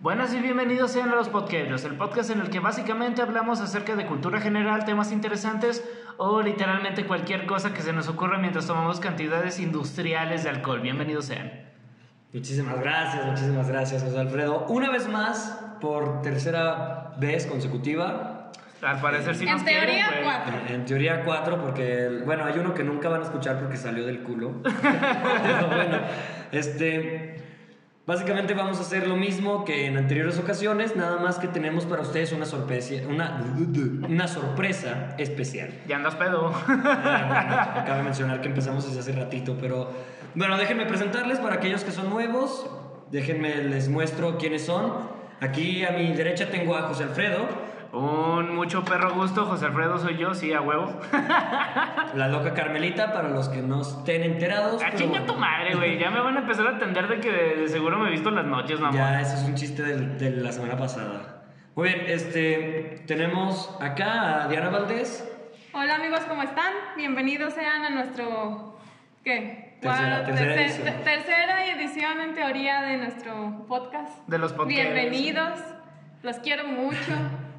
Buenas y bienvenidos sean a los Podquebros, el podcast en el que básicamente hablamos acerca de cultura general, temas interesantes o literalmente cualquier cosa que se nos ocurra mientras tomamos cantidades industriales de alcohol. Bienvenidos sean. Muchísimas gracias, muchísimas gracias, José Alfredo. Una vez más, por tercera vez consecutiva. Al parecer sí En nos teoría, quieren, pues, güey. cuatro. En, en teoría cuatro, porque, bueno, hay uno que nunca van a escuchar porque salió del culo. Pero bueno, este... Básicamente vamos a hacer lo mismo que en anteriores ocasiones, nada más que tenemos para ustedes una sorpresa, una, una sorpresa especial. Ya andas pedo. Ah, bueno, Cabe mencionar que empezamos desde hace ratito, pero bueno, déjenme presentarles para aquellos que son nuevos. Déjenme les muestro quiénes son. Aquí a mi derecha tengo a José Alfredo, Un mucho perro gusto, José Alfredo soy yo, sí, a huevo. la loca Carmelita, para los que no estén enterados. A pero Ah, chinga bueno. tu madre, güey. Ya me van a empezar a atender de que de, de seguro me he visto en las noches, mamá. Ya, eso es un chiste del- de, la semana pasada. Muy bien, este, tenemos acá a Diana Valdés, Hola amigos, ¿cómo están? Bienvenidos sean a nuestro... ¿Qué? Tercera- Cuarta- tercera ter- edición. ter- tercera edición en teoría de nuestro podcast. De los podcasts. Bienvenidos, los quiero mucho.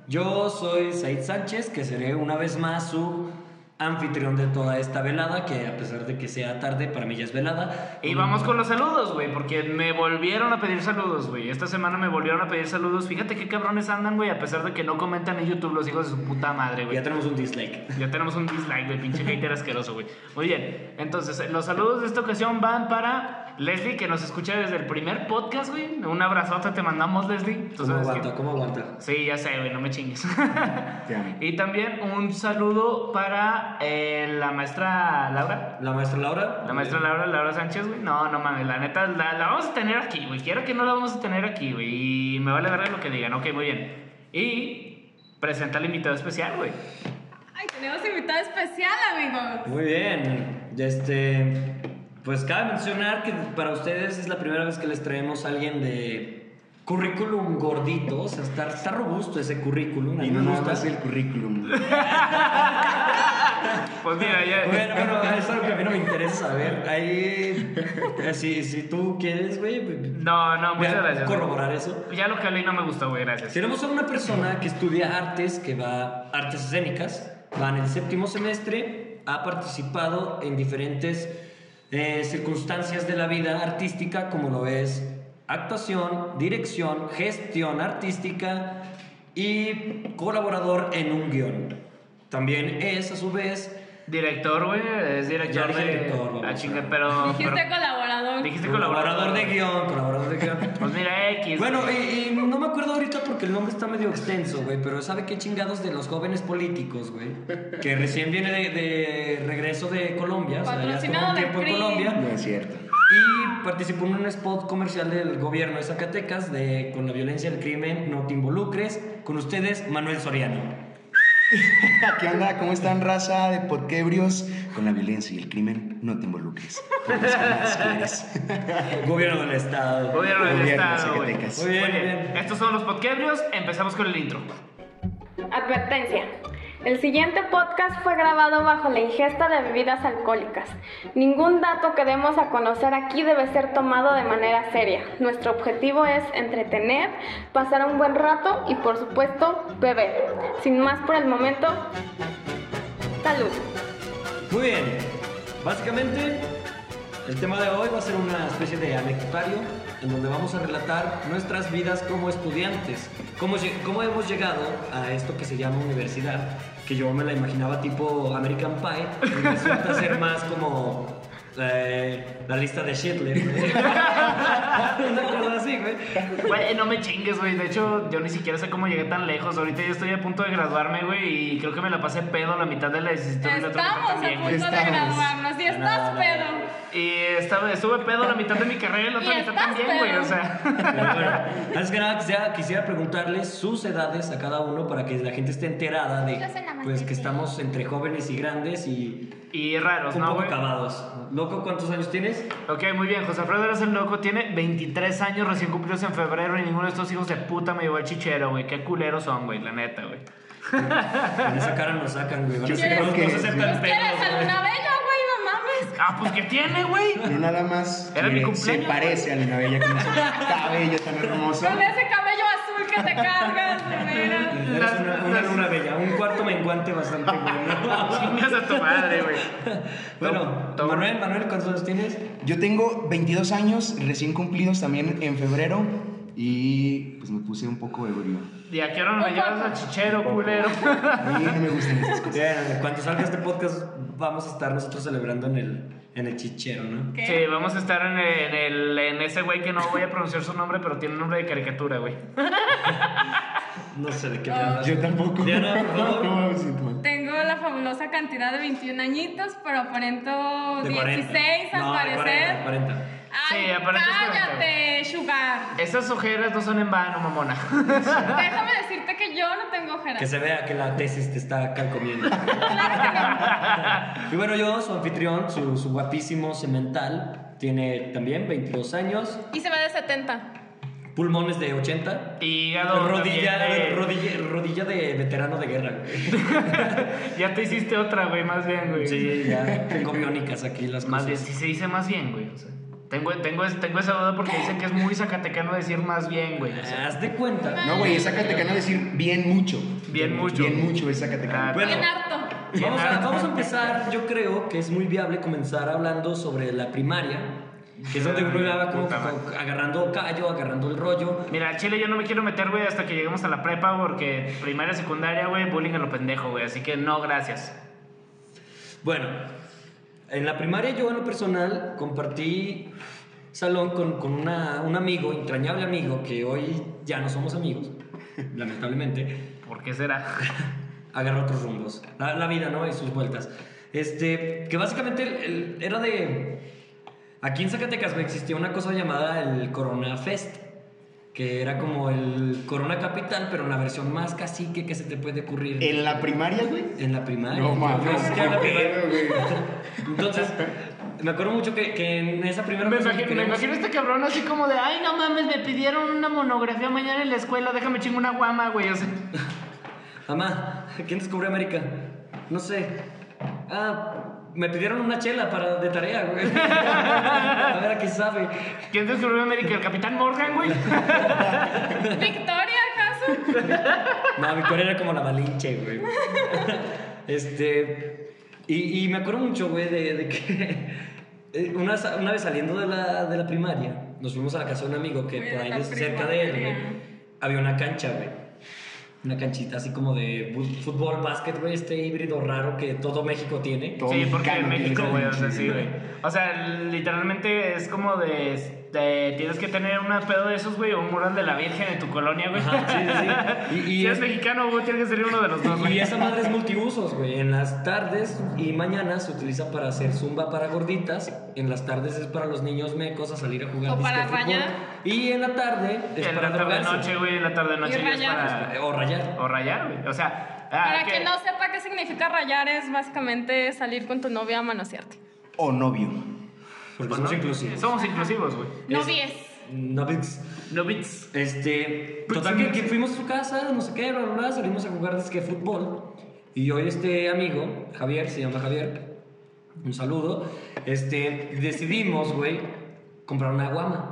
yo soy Said Sánchez, que seré una vez más su anfitrión de toda esta velada, que a pesar de que sea tarde, para mí ya es velada. Y vamos con los saludos, güey, porque me volvieron a pedir saludos, güey. Esta semana me volvieron a pedir saludos. Fíjate qué cabrones andan, güey, a pesar de que no comentan en YouTube los hijos de su puta madre, güey. Ya tenemos un dislike. Ya tenemos un dislike, güey, pinche hater asqueroso, güey. Muy bien, entonces, eh, los saludos de esta ocasión van para Leslie, que nos escucha desde el primer podcast, güey. Un abrazote te mandamos, Leslie. Tú ¿Cómo sabes aguanta? que- ¿Cómo aguanta? Sí, ya sé, güey, no me chingues. Ya. y también un saludo para eh, la maestra Laura. ¿La maestra Laura? La maestra Laura, Laura Sánchez, güey. No, no mames, la neta, la, la vamos a tener aquí, güey. Quiero que no la vamos a tener aquí, güey. Y me vale verga lo que digan. Ok, muy bien. Y presenta al invitado especial, güey. Ay, tenemos invitado especial amigos. Muy bien. Y Este, pues cabe mencionar que para ustedes es la primera vez que les traemos a alguien de currículum gordito. O sea, está, está robusto ese currículum. A mí Y no me nos gusta. das el currículum. Pues mira, ya. Bueno, bueno, es algo que a mí no me interesa saber. Ahí, eh, si, si tú quieres, güey, No, no, muchas voy a gracias. corroborar eso. Ya lo que leí no me gustó, güey, gracias. Tenemos a una persona que estudia artes, que va artes escénicas, va en el séptimo semestre, ha participado en diferentes eh, circunstancias de la vida artística, como lo es actuación, dirección, gestión artística y colaborador en un guión. También es, a su vez, Director, güey, es director Ya dije de. director, vamos ah, a chinga, ver. pero. Dijiste pero- colaborador. dijiste colaborador de guión, colaborador de guión. Pues mira, X. Bueno, güey. y, y no me acuerdo ahorita porque el nombre está medio extenso, güey, pero ¿sabe qué chingados de los jóvenes políticos, güey? Que recién viene de, de regreso de Colombia, o sea, ya estuvo Patrocinado un tiempo del en PRI. No Colombia es cierto. y participó en un spot comercial del gobierno de Zacatecas de Con la violencia del crimen no te involucres, con ustedes Manuel Soriano. ¿Qué onda? ¿Cómo están, raza de podquebrios? Con la violencia y el crimen no te involucres. Con los que más quieres. Gobierno del Estado. Gobierno del Gobierno de Estado, güey. Zacatecas. Muy bien, Muy bien. muy bien. Estos son los podquebrios. Empezamos con el intro. Advertencia. El siguiente podcast fue grabado bajo la ingesta de bebidas alcohólicas. Ningún dato que demos a conocer aquí debe ser tomado de manera seria. Nuestro objetivo es entretener, pasar un buen rato y por supuesto beber. Sin más por el momento, salud. Muy bien. Básicamente, el tema de hoy va a ser una especie de anecdotario en donde vamos a relatar nuestras vidas como estudiantes. Cómo, lle- cómo hemos llegado a esto que se llama universidad, que yo me la imaginaba tipo American Pie, y resulta ser más como eh, la lista de Schindler. güey. una cosa así, güey. Güey, no me chingues, güey. De hecho, yo ni siquiera sé cómo llegué tan lejos. Ahorita ya estoy a punto de graduarme, güey. Y creo que me la pasé pedo la mitad de la decisión. y la otra mitad Estamos a también, punto güey. de Estamos. graduarnos y No, estás no. pedo. Y estaba, estuve pedo la mitad de mi carrera y la otra Y mitad estás también, güey. pedo. O sea. Pero bueno, antes que nada quisiera, quisiera preguntarles sus edades a cada uno para que la gente esté enterada de Yo soy la más pues, que pequeña. estamos entre jóvenes y grandes y Y raros, Pues un ¿no, poco güey? acabados. Loco, ¿cuántos años tienes? Ok, muy bien. José Alfredo eres el loco. Tiene 23 años recién cumplidos en febrero. Y ninguno de estos hijos de puta me llevó al chichero, güey. Qué culeros son, güey. La neta, güey. Con esa cara nos sacan, güey. Van a Yo ser- creo no- que no se aceptan ¿Quieres pedos, güey. alguna vela, güey? No mames. Ah, pues ¿qué tiene, güey? No nada más Era que mi cumpleaños, se güey. parece a Luna Bella con ese cabello tan hermoso. Con ese cabello azul que te cargas, de veras. Las- Eres una, una las- luna bella, un cuarto menguante bastante bueno. Chingas a tu madre, güey. bueno, Tom- Manuel, Manuel, ¿cuántos años tienes? Yo tengo 22 años recién cumplidos también en febrero y pues me puse un poco ebrio. ¿Y a qué hora me Un llevas poco. al chichero, culero? A mí no me gustan Pues- esas cosas. Bien, cuando salga este podcast vamos a estar nosotros celebrando en el, en el chichero, ¿no? ¿Qué? Sí, vamos a estar en, el- en el- en ese güey que no voy a pronunciar su nombre, pero tiene nombre de caricatura, güey. No sé de qué Ah. me hablas. Yo tampoco. Diana, por favor. No mames, sí, tú. Tengo la fabulosa cantidad de 21 añitos, pero aparento De 40. 16 al No, de parecer. 40, 40. Ay, Sí, aparentas cállate, Sugar. Esas ojeras no son en vano, mamona. Déjame decirte que yo no tengo ojeras. Que se vea que la tesis te está calcomiendo. Claro y bueno, yo, su anfitrión, su, su guapísimo cemental, tiene también 22 años, que no. Y se ve de 70. pulmones de 80. Hígado. Rodilla, también, eh. rodilla, rodilla de veterano de guerra. güey. Ya te hiciste otra, güey, más bien, güey. Sí, ya tengo biónicas aquí las Más bien, cosas. si se dice más bien, güey. o sea, tengo, tengo, tengo esa duda porque dicen que es muy zacatecano decir más bien, güey. o sea, Haz de cuenta. No, güey, es Zacatecano decir bien mucho. Bien mucho. Bien mucho es Zacatecano. Ah, Bueno. Bien harto. Bien Vamos a, harto. vamos a empezar, yo creo que es muy viable comenzar hablando sobre la primaria, que es donde uno iba como que Puta madre. agarrando callo, agarrando el rollo, Mira, al chile yo no me quiero meter, güey, hasta que lleguemos a la prepa porque primaria, secundaria, güey, bullying a lo pendejo, güey. Así que no, gracias. Bueno, en la primaria yo en lo personal compartí salón con, con una- un amigo, entrañable amigo, que hoy ya no somos amigos, lamentablemente, ¿Por qué será? agarra otros rumbos, la, la vida, ¿no? Y sus vueltas. Este, que básicamente el- el- era de... Aquí en Zacatecas güey, existía una cosa llamada el Corona Fest, que era como el Corona Capital, pero la versión más cacique que se te puede ocurrir. En la primaria, güey. En la primaria. No Yo mames, fui qué a la primaria. pedo, güey. Entonces, me acuerdo mucho que, que en esa primera Me cosa que imagino, me queríamos- imagino este cabrón así como de, ay, no mames, me pidieron una monografía mañana en la escuela, déjame chingo una guama, güey. O sea, Mamá, ¿quién descubrió América? No sé. Ah, me pidieron una chela para de tarea, güey. A ver a qué sabe. ¿quién descubrió América? ¿El Capitán Morgan, güey? ¿Victoria acaso? No, Victoria era como la malinche, güey. Este. Y, y me acuerdo mucho, güey, de, de que eh, una, sa- una vez saliendo de la, de la primaria, nos fuimos a la casa de un amigo que Güey, por de ahí la es cerca de él, güey, primaria. había una cancha, güey. Una canchita así como de bu- fútbol, básquet, güey, este híbrido raro que todo México tiene. Todo Sí, porque en mexicano tiene México, esa güey, o sea, pinche sí, güey. O sea, literalmente es como de, este, tienes que tener un pedo de esos, güey, o un mural de la Virgen en tu colonia, güey. Ajá, sí, sí, sí. Y- este, y si es- eres mexicano, güey, tienes que ser uno de los dos, Y güey. esa madre es multiusos, güey. En las tardes y mañanas se utiliza para hacer zumba para gorditas. En las tardes es para los niños mecos a salir a jugar. O disque para fútbol. rayar. Y en la tarde es En para la tarde drogarse. noche, güey, en la tarde noche ya es rayar. para... O rayar. O rayar, güey. O sea... ah, Para que- quien no sepa qué significa rayar, es básicamente salir con tu novia a manosearte. O novio. Porque Bueno, somos inclusivos. Somos inclusivos, güey. Novies. No, pues, No bits. Este. Pues Total, que, que fuimos a su casa, no sé qué, bla, bla, bla, salimos a jugar disque fútbol. Y hoy este amigo, Javier, se llama Javier, un saludo. Este, decidimos, güey, comprar una guama.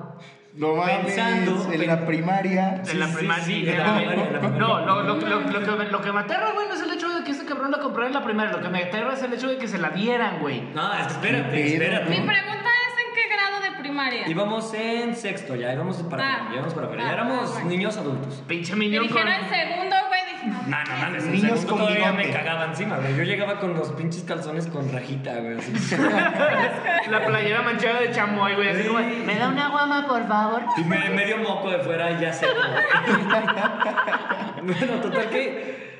No mames, Pensando en en- la primaria. en la sí, primaria. sí, sí, en en la la- primaria, en la primaria. No, lo, lo, lo, lo que, lo que me aterra, güey, no es el hecho de que este cabrón la comprara en la primaria. Lo que me aterra es el hecho de que se la dieran, güey. No, espérate, Pero- espérate. Mi pregunta es: ¿en qué grado de primaria? Íbamos en sexto, ya íbamos para Ah. afuera, ya íbamos para afuera. Ah, Ya ah, éramos bueno. niños adultos. Pinche Me minion con... dijeron en segundo, güey. Dije, no, No, no mames, en Niños segundo con todavía bigote. me cagaba encima, güey. Yo llegaba con los pinches calzones con rajita, güey. así. La playera manchada de chamoy, güey. Así como, Sí. me da una guama, por favor. Y me, medio moco de fuera y ya seco. güey. bueno, total que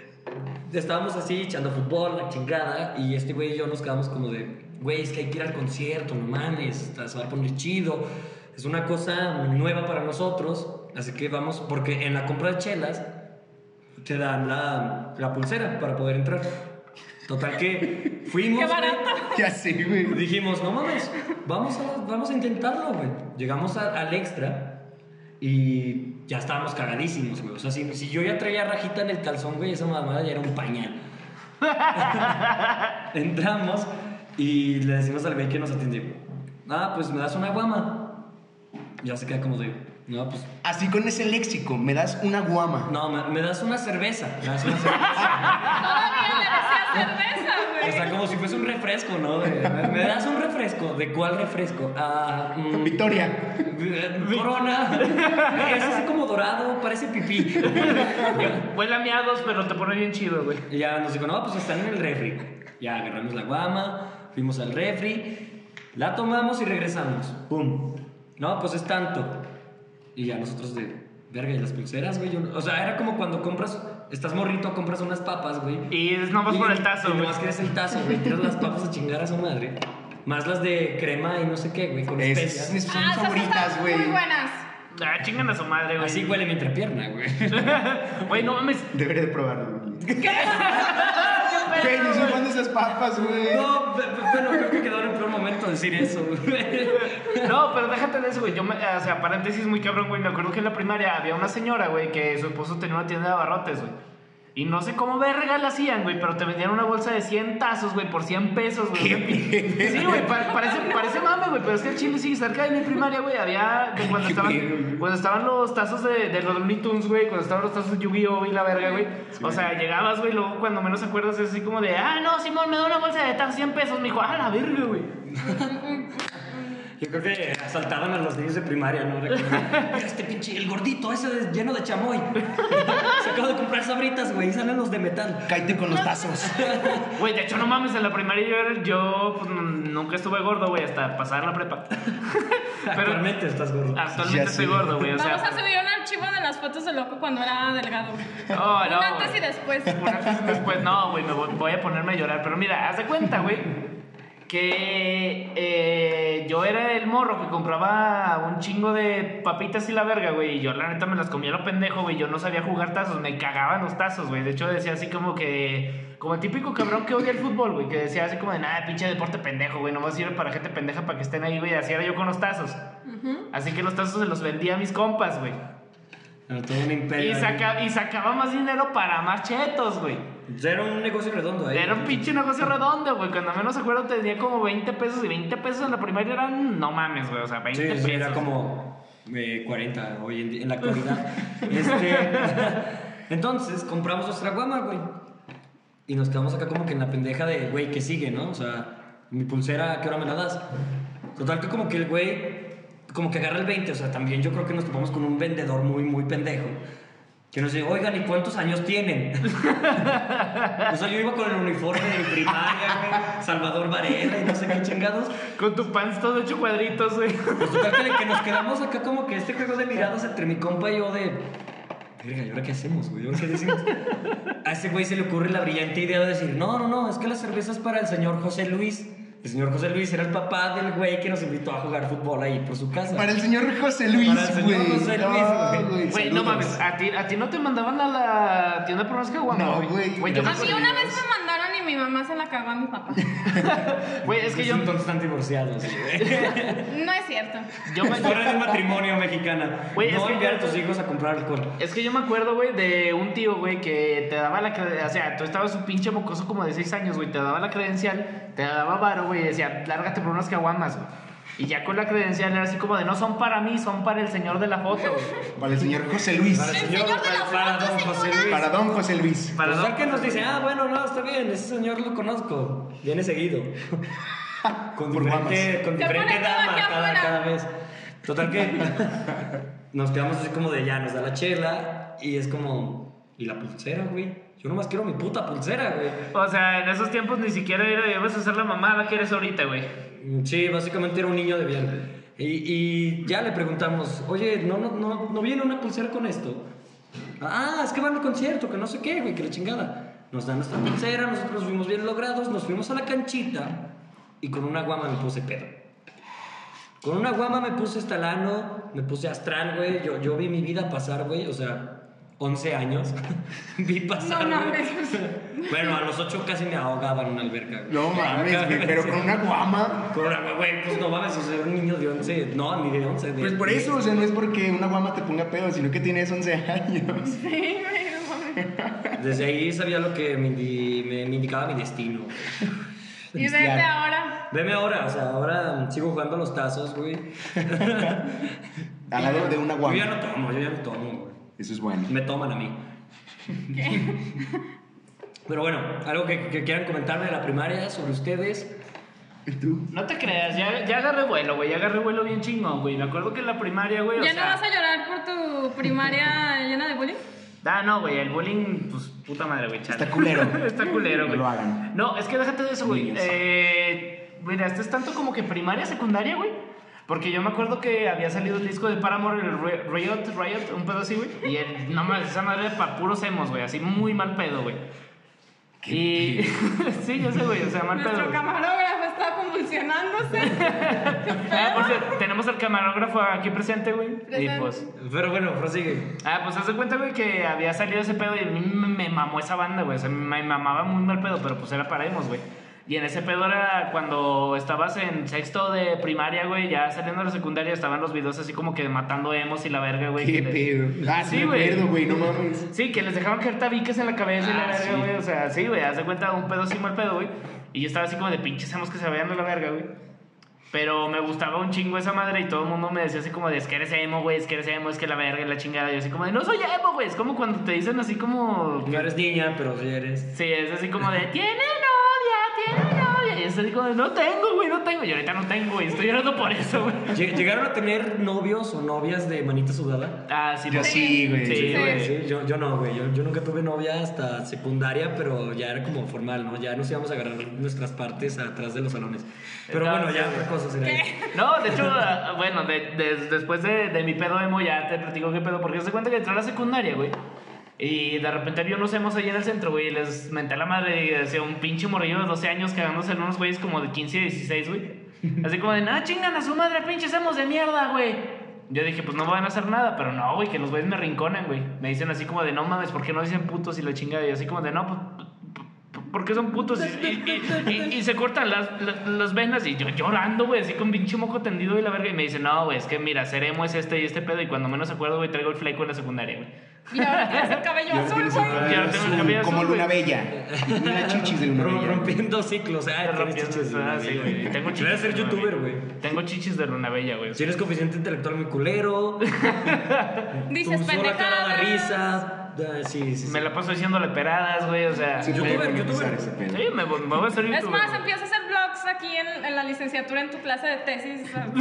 estábamos así echando fútbol, la chingada, y este güey y yo nos quedamos como de, güey, es que hay que ir al concierto, no mames, está- se va a poner chido. Es una cosa nueva para nosotros, así que vamos, porque en la compra de chelas te dan la, la pulsera para poder entrar. Total que fuimos. Qué güey. barato. Ya sé, güey. Dijimos, no mames, vamos a, vamos a intentarlo, güey. Llegamos a- al extra y ya estábamos cagadísimos, güey. O sea, si, si yo ya traía rajita en el calzón, güey, esa mamada ya era un pañal. Entramos Y le decimos al güey que nos atiende, ah, pues me das una guama. Ya se queda como de, no, pues, Así con ese léxico, me das una guama. no, me, me das una cerveza. Me das una cerveza. Todavía le Ah, decía cerveza, güey. o sea, como si fuese un refresco, ¿no? De, me, me das un refresco. ¿De cuál refresco? Ah, mm, Victoria. eh, Corona. Es así como dorado, parece pipí. Huele a miados, pero te pone bien chido, güey. Y ya nos dijo, no, pues están en el refri. Ya agarramos la guama, fuimos al refri, la tomamos y regresamos. ¡Pum! No, pues es tanto. Y ya nosotros de, verga, ¿y las pulseras, güey? Yo no-". O sea, era como cuando compras, estás morrito, compras unas papas, güey. Y es nomás Y- por el tazo, Y güey. nomás quieres el tazo, güey. Tiras las papas a chingar a su madre. Más las de crema y no sé qué, güey, con Esas especias. son mis Ah, esas favoritas, están güey. Muy buenas. Ah, chingan a su madre, güey. Así huele mi entrepierna, güey. Güey, no mames. Deberé de probarlo. güey. Güey, yo soy fan de esas papas, güey. No, pe- pe- bueno, creo que quedó en el peor momento decir eso, güey. No, pero déjate de eso, güey. Yo, me- eh, o sea, paréntesis muy cabrón, güey. Me acuerdo que en la primaria había una señora, güey, que su esposo tenía una tienda de abarrotes, güey. Y no sé cómo verga la hacían, güey, pero te vendían una bolsa de 100 tazos, güey, por 100 pesos, güey. Sí, güey, pa- parece, parece mame, güey, pero es que el chile sí, cerca de mi primaria, güey, había, de cuando, Qué estaban, pedo. cuando estaban los tazos de, de los Looney Tunes, güey, cuando estaban los tazos de Yu-Gi-Oh! y la verga, güey. o sea, llegabas, güey, luego cuando menos acuerdas es así como de, ah, no, Simón, me da una bolsa de tazos 100 pesos, me dijo, ah, la verga, güey. Yo creo que asaltaban a los niños de primaria, ¿no? Era como, "Mira este pinche, el gordito, ese de- lleno de chamoy. Se acaba de comprar sabritas, güey, y salen los de metal. Cállate con los tazos. Güey, de hecho, no mames, en la primaria yo, era- yo pues, n- nunca estuve gordo, güey, hasta pasar la prepa. Pero Actualmente estás gordo. actualmente Ya estoy sé. gordo, güey, o sea. Vamos a subir un archivo de las fotos de loco cuando era delgado. güey. Oh, no, un antes güey. y después. Un antes y después, no, güey, me voy, voy a ponerme a llorar. Pero mira, haz de cuenta, güey, que eh, yo era el morro que compraba un chingo de papitas y la verga, güey. Y yo, la neta, me las comía a lo pendejo, güey. Yo no sabía jugar tazos, me cagaban los tazos, güey. De hecho, decía así como que. Como el típico cabrón que odia el fútbol, güey. Que decía así como de nada, pinche deporte pendejo, güey. Nomás sirve para gente pendeja para que estén ahí, güey. Así era yo con los tazos. Así que los tazos se los vendía a mis compas, güey. Era todo un imperio. Y, ahí. saca- y sacaba más dinero para más chetos, güey. Era un negocio redondo ahí. Era un pinche negocio redondo, güey. Cuando menos acuerdo tenía como 20 pesos. Y 20 pesos en la primaria eran, no mames, güey. O sea, 20 Sí, pesos. sí, era como eh, 40 hoy en, di- en la actualidad. Este, entonces, compramos nuestra guama, güey. Y nos quedamos acá como que en la pendeja de, güey, ¿qué sigue, no? O sea, mi pulsera, ¿a ¿qué hora me la das? Total que como que el güey, como que agarra el 20. O sea, también yo creo que nos topamos con un vendedor muy, muy pendejo. Que nos dice, oigan, ¿y cuántos años tienen? o sea, yo iba con el uniforme de primaria, güey, Salvador Varela y no sé qué chingados. Con tu pan todo hecho cuadritos, güey. Pues total que, que nos quedamos acá como que este juego de miradas entre mi compa y yo de... Verga, ¿y ahora qué hacemos, güey? ¿Y ahora qué decimos? A ese güey se le ocurre la brillante idea de decir, no, no, no, es que la cerveza es para el señor José Luis. El señor José Luis era el papá del güey que nos invitó a jugar fútbol ahí por su casa. Para el señor José Luis, Para el señor güey. José No, Luis, güey. Güey, no saludos. mames. ¿a ti, a ti no te mandaban a la tienda por más que guapo. No, güey. Güey, yo me A acuerdo- mí una vez me mandaron y mi mamá se la cagó a mi papá. güey, es que yo, Entonces están divorciados. güey. No es cierto. yo me, Fuera del matrimonio mexicana. Güey, es no que- enviar a tus hijos a comprar alcohol. Es que yo me acuerdo, güey, de un tío, güey, que te daba la credencial. O sea, tú estabas un pinche mocoso como de 6 años, güey. Te daba la credencial, te daba varo, güey. Y decía, lárgate por unas caguamas, güey. Y ya con la credencial era así como de, no son para mí, son para el señor de la foto, güey. Para el señor José Luis. Para el El señor, señor de la para foto, don José señora. Luis. Para don José Luis. Para Para no- dar que nos dice, ah, bueno, no, está bien, ese señor lo conozco, viene seguido. con Por diferente, con Te diferente ponen todo dama aquí cada, afuera. cada vez. Total que nos quedamos así como de ya, nos da la chela y es como, ¿y la pulsera, güey? Yo nomás quiero mi puta pulsera, güey. O sea, en esos tiempos ni siquiera era, ibas a hacer la mamada que eres ahorita, güey. Sí, básicamente era un niño de bien. Y, y ya le preguntamos, oye, ¿no, no, no, ¿no viene una pulsera con esto? Ah, es que van al concierto, que no sé qué, güey, que la chingada. Nos dan nuestra pulsera, nosotros nos fuimos bien logrados, nos fuimos a la canchita y con una guama me puse pedo. Con una guama me puse estalano, me puse astral, güey. Yo, yo vi mi vida pasar, güey, o sea, 11 años. vi pasar. No, no, güey. es- bueno, a los 8 casi me ahogaba en una alberca, güey. No mames, güey, pero con una guama. Con una güey, güey, pues no mames, o sea, un niño de 11, no, ni de 11. de- Pues por eso, o sea, no es porque una guama te ponga pedo, sino que tienes 11 años. Sí, güey, no mames. Desde ahí sabía lo que me, indi- me- me indicaba mi destino. Y desde ahora. Veme ahora, o sea, ahora sigo jugando a los tazos, güey. Al lado de una Yo ya guama. no tomo, yo ya no tomo, güey. Eso es bueno. Me toman a mí. Pero bueno, algo que, que quieran comentarme de la primaria sobre ustedes. ¿Y tú? No te creas, ya, ya agarré vuelo, güey. Ya agarré vuelo bien chingón, güey. Me acuerdo que en la primaria, güey. o ¿Ya no sea- vas a llorar por tu primaria llena de bullying? Ah, no, güey, el bullying, pues puta madre, güey. chale. Está culero. Está culero, No güey. lo hagan. No, es que déjate de eso, güey. Niños. Eh, mira, esto es tanto como que primaria, secundaria, güey. Porque yo me acuerdo que había salido el disco de Paramore, el Ri- Riot, Riot, un pedo así, güey. Y el, no mames, esa madre para puros emos, güey. Así muy mal pedo, güey. Y. sí, yo sé, güey, o sea, mal pedo. Nuestro güey. camarógrafo está convulsionándose. Ah, por cierto, tenemos al camarógrafo aquí presente, güey. Y Presente. pues. Pero bueno, prosigue. Ah, pues haz de cuenta, güey, que había salido ese pedo y a mí me, me mamó esa banda, güey. O sea, me mamaba muy mal pedo, pero pues era para emos, güey. Y en ese pedo era cuando estabas en sexto de primaria, güey, ya saliendo de la secundaria, estaban los videos así como que matando emos y la verga, güey. ¿Qué que les- pedo? Ah, sí, Sí, me güey. acuerdo, güey, no mames. Sí, que les dejaban caer tabiques en la cabeza y la Ah, verga, sí. güey. O sea, sí, güey, haz de cuenta un pedo así mal pedo, güey. Y yo estaba así como de pinches emos que se vayan a la verga, güey. Pero me gustaba un chingo esa madre y todo el mundo me decía así como de es que eres emo, güey, es que eres emo, es que la verga y la chingada. Y yo así como de no soy emo, güey. Es como cuando te dicen así como. No eres niña, pero sí eres. Sí, es así como de tiene novia, tiene novia. Y es así como de no tengo, güey, no tengo. Y ahorita no tengo, güey. Estoy llorando por eso, güey. Lle- ¿Llegaron a tener novios o novias de manita sudada? Ah, sí, Yo pues, sí, güey. Sí, Sí. güey. Sí, yo, yo no, güey. Yo, yo nunca tuve novia hasta secundaria, pero ya era como formal, ¿no? Ya nos íbamos a agarrar nuestras partes atrás de los salones. Pero bueno, ya otra cosa será. No, de hecho, ah, bueno, de- de- después de, de mi pedo emo ya te platico qué pedo, porque se cuenta que entré a la secundaria, güey. Y de repente había unos emos ahí en el centro, güey, y les menté a la madre y decía un pinche morrillo de 12 años cagándose en unos güeyes como de 15 y 16, güey. Así como de, no, chingan a su madre, pinches emos de mierda, güey. Yo dije, pues no van a hacer nada, pero no, güey, que los güeyes me rinconan, güey. Me dicen así como de, no mames, ¿por qué no dicen putos y la chingada? Y yo así como de, no, pues porque son putos y, y- y- y- y se cortan las, las, las venas y yo llorando, güey, así con pinche moco tendido y la verga. Y me dice, no, güey, es que mira, seremos es este y este pedo. Y cuando menos acuerdo, güey, traigo el fleco en la secundaria, güey. Y ahora tienes el cabello Yo azul, pienso güey. que Ya tengo el azul, cabello Como azul, Luna güey. Bella. Una chichis de Luna Rom- Bella. Rompiendo ciclos. Ah, Rompiendo, ah, sí, güey. Tengo chichis Voy a ser de Luna youtuber, Bella. güey. Tengo chichis de luna bella, güey. Si eres coeficiente intelectual muy culero. Dices tu sola cara da pendejadas. risa. da- sí, sí, sí. Me la paso diciéndole peradas, güey, o sea. Se Sí, Yo- puede Youtuber, monetizar youtuber. ese pedo. me, vo- me voy a hacer Es youtuber. más, güey. empiezas a hacer vlogs aquí en, en la licenciatura en tu clase de tesis, jugando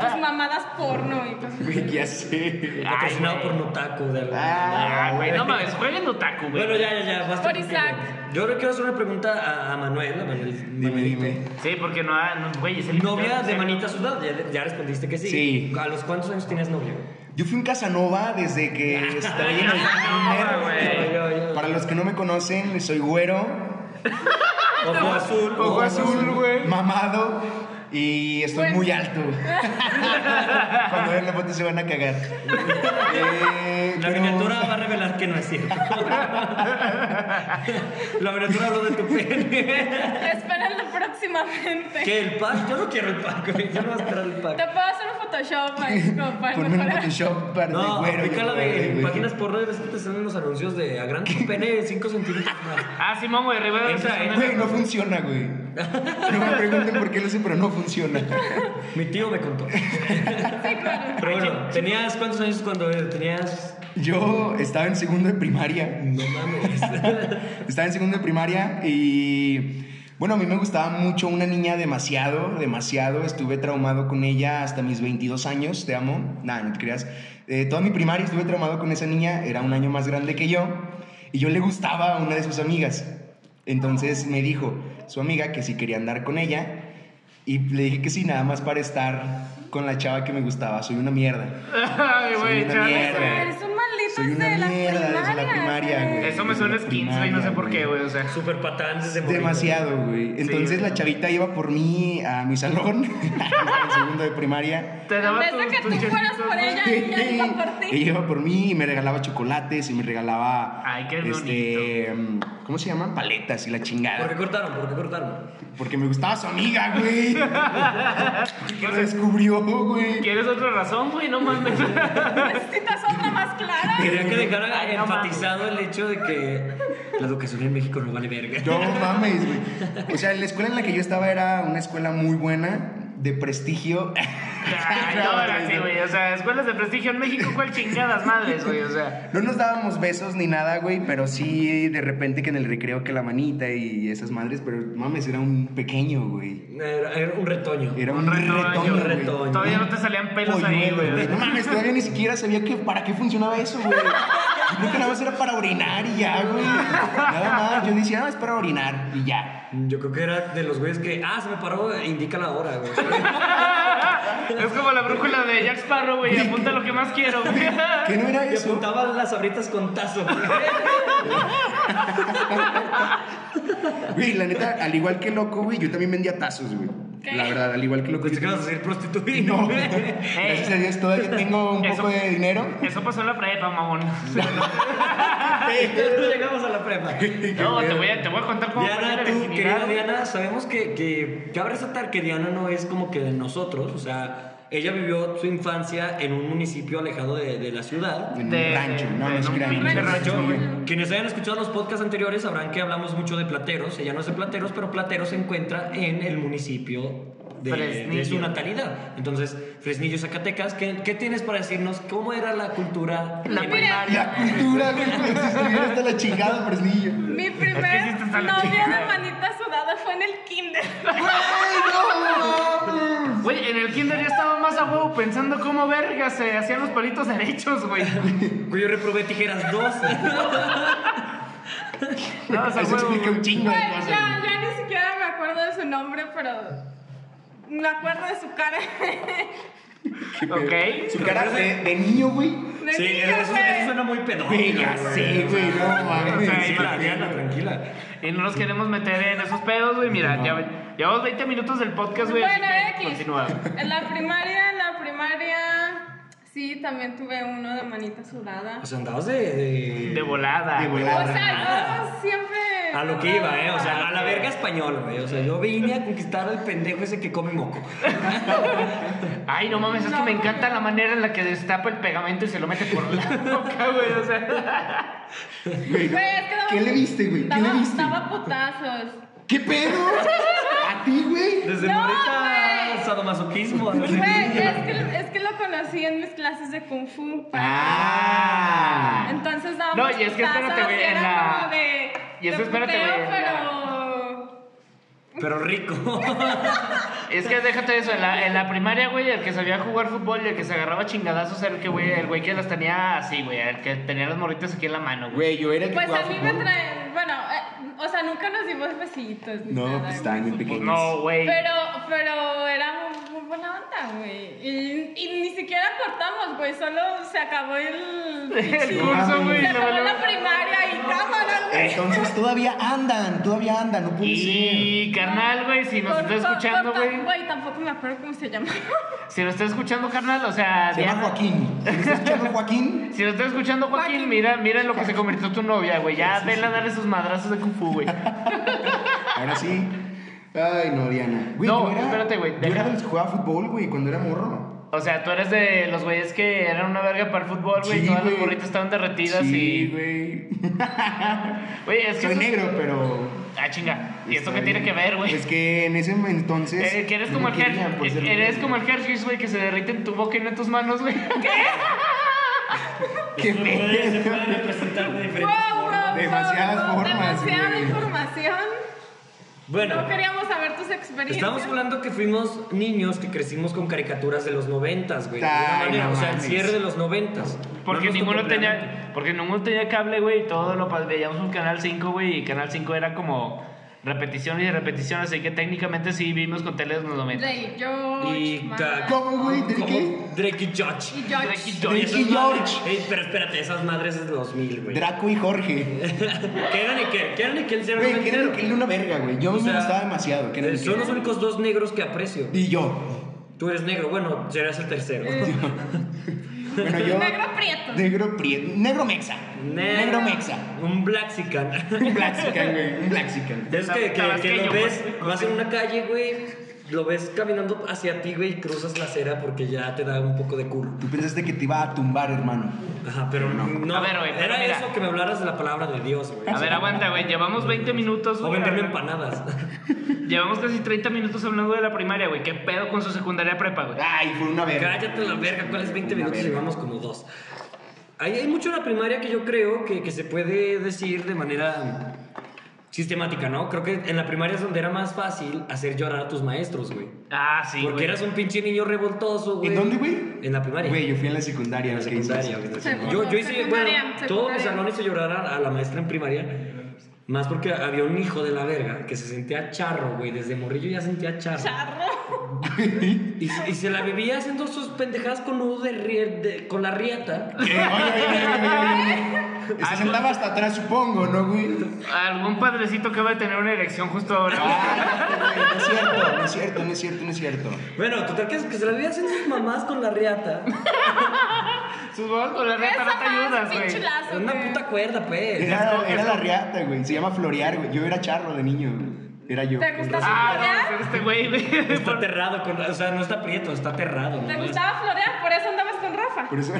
tus mamadas porno y cosas. Güey, ya sé. Patrocinado güey. por Notaku de algo. Ah, Ah, güey, no mames, jueguen otaku, güey. Bueno, ya, ya, ya. Basta Por contigo. Isaac. Yo le quiero hacer una pregunta a, a Manuel. A Manuel Dime, Manuelito. dime. Sí, porque no, ha- no, güey, es el Novia de manita sudada. Ya, ya respondiste que sí. Sí. ¿A los cuántos años tienes novio? Yo fui un Casanova desde que estaba en el Ah, kinder. güey. Yo, yo, yo. Para los que no me conocen, soy güero, Ojo azul. ojo azul, güey, mamado y estoy Bueno. muy alto. Cuando vean la foto se van a cagar. Eh, La pero- miniatura va a revelar que no es cierto. la miniatura habló de tu pene. Espérenlo próximamente. ¿Qué? ¿El pack? Yo no quiero el pack, güey. Yo no voy a esperar el Te pack. puedo hacer un Photoshop ahí, como para Ponme un mejorar. Photoshop para de No, güero. aplica la verde, de en güey. páginas porno de veces que te salen los anuncios de agranda tu pene de 5 centímetros más. Ah, Simón, güey, Rivera. Entra, es una- Güey, no funciona, güey. No me pregunten por qué lo sé, pero no funciona. Mi tío me contó. Sí, claro. Pero bueno, ¿tenías cuántos años cuando tenías? Yo estaba en segundo de primaria. No mames. Estaba en segundo de primaria y bueno, a mí me gustaba mucho una niña demasiado, demasiado. Estuve traumado con ella hasta mis 22 años, te amo. Nada, no te creas. Eh, toda mi primaria estuve traumado con esa niña, era un año más grande que yo y yo le gustaba a una de sus amigas. Entonces me dijo su amiga que si quería andar con ella y le dije que sí, nada más para estar con la chava que me gustaba. Soy una mierda. Ay, güey, Soy una chale. mierda. Eres un maldito Soy una de la mierda primaria. desde la primaria, güey. Eso me suena Desde la skins, güey, no sé por qué, primaria, güey, o sea. Super patán desde morrillo. Demasiado, güey. Entonces güey. la chavita iba por mí a mi salón, en segundo de primaria. Te En daba vez de tus- que tus tú fueras chelitos, por ¿no? ella, ella iba por ti. Ella iba por mí y me regalaba chocolates y me regalaba. Ay, qué este, ¿Cómo se llaman? Paletas y la ¿Por qué chingada. cortaron? ¿Por qué cortaron? Porque me gustaba su amiga, güey. que lo descubrió, güey. ¿Quieres otra razón, güey? No mames. Necesitas otra más clara. Quería que dejara Ay, no enfatizado el hecho de que La educación en México no vale verga. No mames, güey. O sea, la escuela en la que yo estaba era una escuela muy buena, de prestigio. Ay, no, ahora sí, güey. O sea, escuelas de prestigio en México, ¿cuál chingadas madres, güey? O sea. No nos dábamos besos ni nada, güey, pero sí de repente que en el recreo que la manita y esas madres, pero mames, era un pequeño, güey. Era, era un retoño. Era un, Un retoño, retoño, un güey. retoño. Todavía no te salían pelos ahí, Polluelo, güey. No mames, todavía ni siquiera sabía que para qué funcionaba eso, güey. Yo creo que nada más era para orinar y ya, güey. Nada más. Yo decía, no, es para orinar y ya. Yo creo que era de los güeyes que, ah, se me paró, indica la hora, güey. Es como la brújula de Jack Sparrow, güey. Apunta lo que más quiero, güey. ¿Qué no era Y eso? apuntaba las abritas con tazo. Güey, la neta, al igual que loco, güey, yo también vendía tazos, güey. ¿Qué? La verdad, al igual que loco. Pensé que yo vas a también- ser prostituido. No, güey. gracias a Dios todavía tengo un Eso- poco de dinero. Eso pasó en la prepa, mamón. No llegamos a la prepa. No, te voy a, te voy a contar cómo perdí Diana, la tú, querida virginidad. Diana, sabemos que, que cabe resaltar que Diana no es como que de nosotros, o sea, ella vivió su infancia en un municipio alejado de, de la ciudad. En De- un rancho, no, no de es un gran pinche no, rancho, sí, güey. Quienes hayan escuchado los podcasts anteriores sabrán que hablamos mucho de plateros, ella no es de plateros, pero plateros se encuentra en el municipio de, de Fresnillo. su natalidad. Entonces, Fresnillo, Zacatecas, ¿qué, qué tienes para decirnos cómo era la cultura? La en- La primaria. cultura, güey, si estuviera hasta la chingada, Fresnillo. Mi Es que sí primer te sale novia chingada. de manita sudada fue en el kinder. Güey, en el kinder ya estaba más a huevo pensando cómo verga se hacían los palitos derechos, güey. Cuyo reprobé tijeras 2. No, es a Eso huevo, explica güey. un chingo de Pues cosas. ya, ya ni siquiera me acuerdo de su nombre, pero me acuerdo de su cara. güey. Ok. Su cara de, de niño, güey. De sí, niño, eso, güey. eso suena muy pedófilo. Güey, ya sé, güey, no mames. O sea, Tranquila, Diana, tranquila. Y no nos queremos meter en esos pedos, güey. Mira, ya, llevamos 20 minutos del podcast, güey. así Bueno, que X. Continúa. En la primaria, en la primaria, sí, también tuve uno de manita sudada. O sea, andabas de, de- De volada. De güey. volada. O sea, yo siempre. A lo que iba, ¿eh? O sea, a la verga española, güey. O sea, yo vine a conquistar al pendejo ese que come moco. Ay, no mames, es que No, me güey. encanta la manera en la que destapa el pegamento y se lo mete por la boca, güey. O sea, Güey, Güey, es que daba- ¿Qué le viste, güey? ¿Qué daba- le viste? Daba putazos. ¿Qué pedo? ¿A ti, güey? Desde No, morrita, güey. sadomasoquismo. ¿no? Güey, es que, es que lo conocí en mis clases de Kung Fu. Ah. Entonces dábamos No, y es que espérate, putazos, güey, y era en la- como de- y es de que espérate, puteo, güey, en Pero. Pero rico. es que déjate eso. En la, en la primaria, güey, el que sabía jugar fútbol y el que se agarraba chingadazos era el que, güey, el güey que las tenía así, güey. El que tenía las morritas aquí en la mano, güey. Güey, yo era el que Pues jugaba a mí me fútbol. traen. Bueno, eh, o sea, nunca nos dimos besitos. ni No, nada, pues güey. estaban muy Pues pequeños. no, güey. Pero, pero era muy, muy buena onda, güey. Y, y ni siquiera cortamos, güey. Solo se acabó el. El pinche- curso, güey. Se la acabó valió- la primaria y cámara, Eh, güey. Entonces todavía andan, todavía andan, no puede Y carnal, güey, si nos Por- está por- escuchando, por- güey. Güey, tampoco me acuerdo cómo se llama. Si nos está escuchando, carnal, o sea, ser. Se llama Diana- Joaquín. ¿Me ¿Estás escuchando, Joaquín? Si lo estás escuchando, Joaquín, Joaquín. mira, mira en lo que se convirtió tu novia, güey. Ya vela a darle sus madrazos de Kung Fu, güey. Ahora sí. Ay, no, Diana. Güey, No, yo era, espérate, güey, Yo deja. era de los que jugaba fútbol, güey, cuando era morro. O sea, tú eres de los güeyes que eran una verga para el fútbol, güey. Sí, todas güey. las gorritas estaban derretidas Sí, y. güey. Güey, es que. Soy eso- negro, pero. Ah, chinga. ¿Y esto está qué tiene bien. que ver, güey? Es que en ese entonces. Eh, que eres no como el querían, Hershey. pues, ser eres negro. como el Hershey's, güey, que se derrite en tu boca y no en tus manos, güey. Qué Se pedo. pueden representar de Wow, diferentes wow, wow, Demasiadas wow, formas, Demasiada güey. información. No Bueno, queríamos saber tus experiencias. estamos hablando que fuimos niños que crecimos con caricaturas de los noventas, güey. de alguna Ay, manera, no o sea, el mames. cierre de los noventas. Porque No nos tocó ninguno plenamente. tenía. Porque ninguno tenía cable, güey. y Todo lo pas- veíamos un Canal 5, güey. Y Canal 5 era como repeticiones y repeticiones. Así que técnicamente sí vivimos con teles en los 90. Drake, George. Y Mara. ca- ¿Cómo, güey? ¿De ¿Cómo? qué? Drake y George. Y George. Drake y George. Oye, esas y madres- George. Ey, pero espérate, esas madres es de 2000, güey. Draco y Jorge. ¿Qué eran y qué? ¿Qué eran y qué el cierre Güey, que noventero? eran que era una verga, güey. Yo O sea, me gustaba demasiado. que eran Eh, que- Son los únicos dos negros que aprecio. Y yo. Tú eres negro, bueno, serás el tercero. Eh. Bueno, yo. Negro prieto. Negro prieto. Negro mexa. Ne- Negro mexa. Un blaxican. Un blaxican, güey. Un blaxican. es que, que, que Tabasqueño, lo ves, pues. vas en una calle, güey. lo ves caminando hacia ti, güey, y cruzas la acera porque ya te da un poco de culo. Tú pensaste que te iba a tumbar, hermano. Ajá, pero no. no A ver, güey, pero era mira. eso que me hablaras de la palabra de Dios, güey. A ver, aguanta, güey. Llevamos 20 minutos. O güey, venderme hablando- empanadas. Llevamos casi 30 minutos hablando de la primaria, güey. ¿Qué pedo con su secundaria prepa, güey? Ay, fue una verga. Cállate la verga, ¿cuáles 20 Una minutos? verga. Llevamos como dos. Ahí hay mucho en la primaria que yo creo que, que se puede decir de manera mm, sistemática, ¿no? Creo que en la primaria es donde era más fácil hacer llorar a tus maestros, güey. Ah, sí, Porque güey. eras un pinche niño revoltoso, güey. ¿En dónde, güey? En la primaria. Güey, yo fui en la En secundaria. la ¿qué dices? secundaria, güey. Segundo, Yo, yo hice, secundaria, bueno, secundaria. todos mis salones se llorar a, a la maestra en primaria. Más porque había un hijo de la verga que se sentía charro, güey. Desde morrillo ya sentía charro. Charro. Eh, Y, se- y se la vivía haciendo sus pendejadas con nudo de, rie- de- con la riata. Oye, oye, oye, oye, Ah, oye. Se sentaba hasta atrás, supongo, ¿no, güey? Algún padrecito acaba de tener una erección justo ahora. güey. Ah, güey, no es cierto, no es cierto, no es cierto, no es cierto. Bueno, total que, es- que se la vivía haciendo sus mamás con la riata. Sus huevos con la reta no te Esa ayudas, más, pinche güey. lazo. Una güey. puta cuerda, pues. Era, era la riata, güey. Se llama florear, güey. Yo era charro de niño, güey. Era yo. ¿Te gustaba Ah, no, florear? este güey, güey. Está aterrado, con, o sea, no está prieto, está aterrado. ¿Te ¿no? gustaba florear? Por eso andabas con Rafa. Por eso.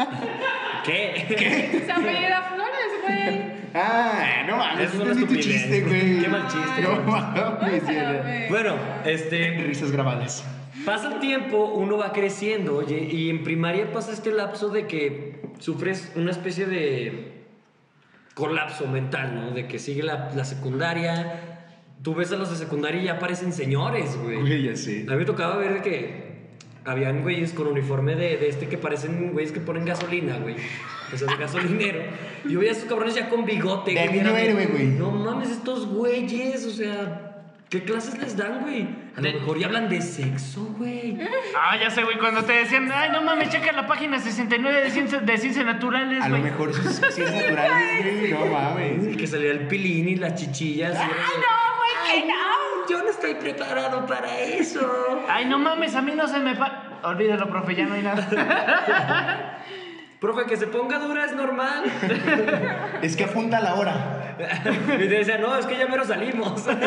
¿Qué? Se apellida Flores, güey. Ah, no mames. Eso es una entendí tu estupidez. chiste, güey. Qué mal chiste, No qué mames. Úsalo, era- güey. Bueno, este. Risas grabadas. Pasa el tiempo, uno va creciendo, oye, y en primaria pasa este lapso de que sufres una especie de colapso mental, ¿no? De que sigue la, la secundaria, tú ves a los de secundaria y ya parecen señores, güey. Güey, ya sé. A mí me tocaba ver que habían güeyes con uniforme de, de este que parecen güeyes que ponen gasolina, güey. O sea, de gasolinero. Y yo veía a esos cabrones ya con bigote, De y era niño de, héroe, güey. No mames, estos güeyes, o sea, ¿qué clases les dan, güey? A lo De- mejor ya hablan de sexo, güey. Mm. Ah, ya sé, güey, cuando te decían, ay, no mames, checa la página 69 de ciencias, de ciencias naturales, A lo güey. mejor eso es sí es natural, güey. No mames. Y que salía el pilín y las chichillas. ¡Ay, ¡Ah, güey, que no! Yo no estoy preparado para eso. Ay, no mames, a mí no se me pa... Olvídalo, profe, ya no hay nada. Profe, que se ponga dura es normal. Es que apunta la hora. y te decía, no, es que ya mero salimos.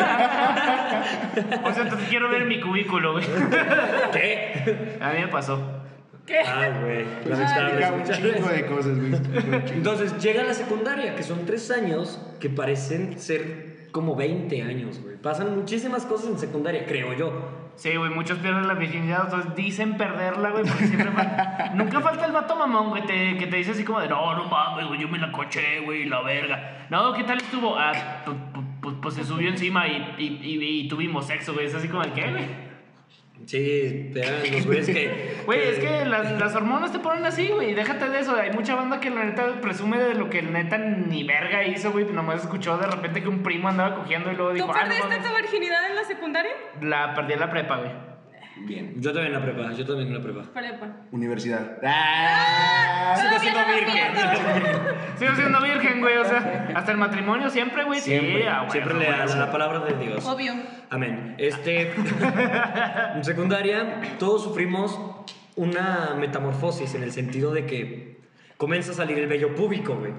o sea, te quiero ver en mi cubículo, güey. ¿Qué? A mí me pasó. ¿Qué? Ay, Ah, güey. Pues Explica un Muchas chingo de cosas, güey. Entonces llega la secundaria, que son tres años que parecen ser como 20 años, güey. Pasan muchísimas cosas en secundaria, creo yo. Sí, güey, muchos pierden la virginidad, otros dicen perderla, güey, porque siempre fal- Nunca falta el vato mamón, güey, te- que te dice así como de, no, no mames, güey, yo me la coché, güey, la verga. No, ¿qué tal estuvo? Ah, pu- pu- pu- pues, se subió encima y, y, y- y tuvimos sexo, güey, es así como de, ¿qué, güey? Sí, eran los güeyes que. Güey, es que las, las hormonas te ponen así, güey, déjate de eso, hay mucha banda que la neta presume de lo que la neta ni verga hizo, güey, nomás escuchó de repente que un primo andaba cogiendo y luego dijo, ¿Tú ah, no perdiste mames". tu virginidad en la secundaria? La perdí en la prepa, güey. Bien. Yo también la prepa, yo también la prepa. Prepa. Universidad. Ah, Todavía sigo siendo no la virgen. pierdo. Sigo siendo virgen, güey. O sea, hasta el matrimonio siempre, güey. sí, ah, güey, siempre no, le güey. a la palabra de Dios. Obvio. Amén. Este, en secundaria, todos sufrimos una metamorfosis en el sentido de que comienza a salir el vello público, güey.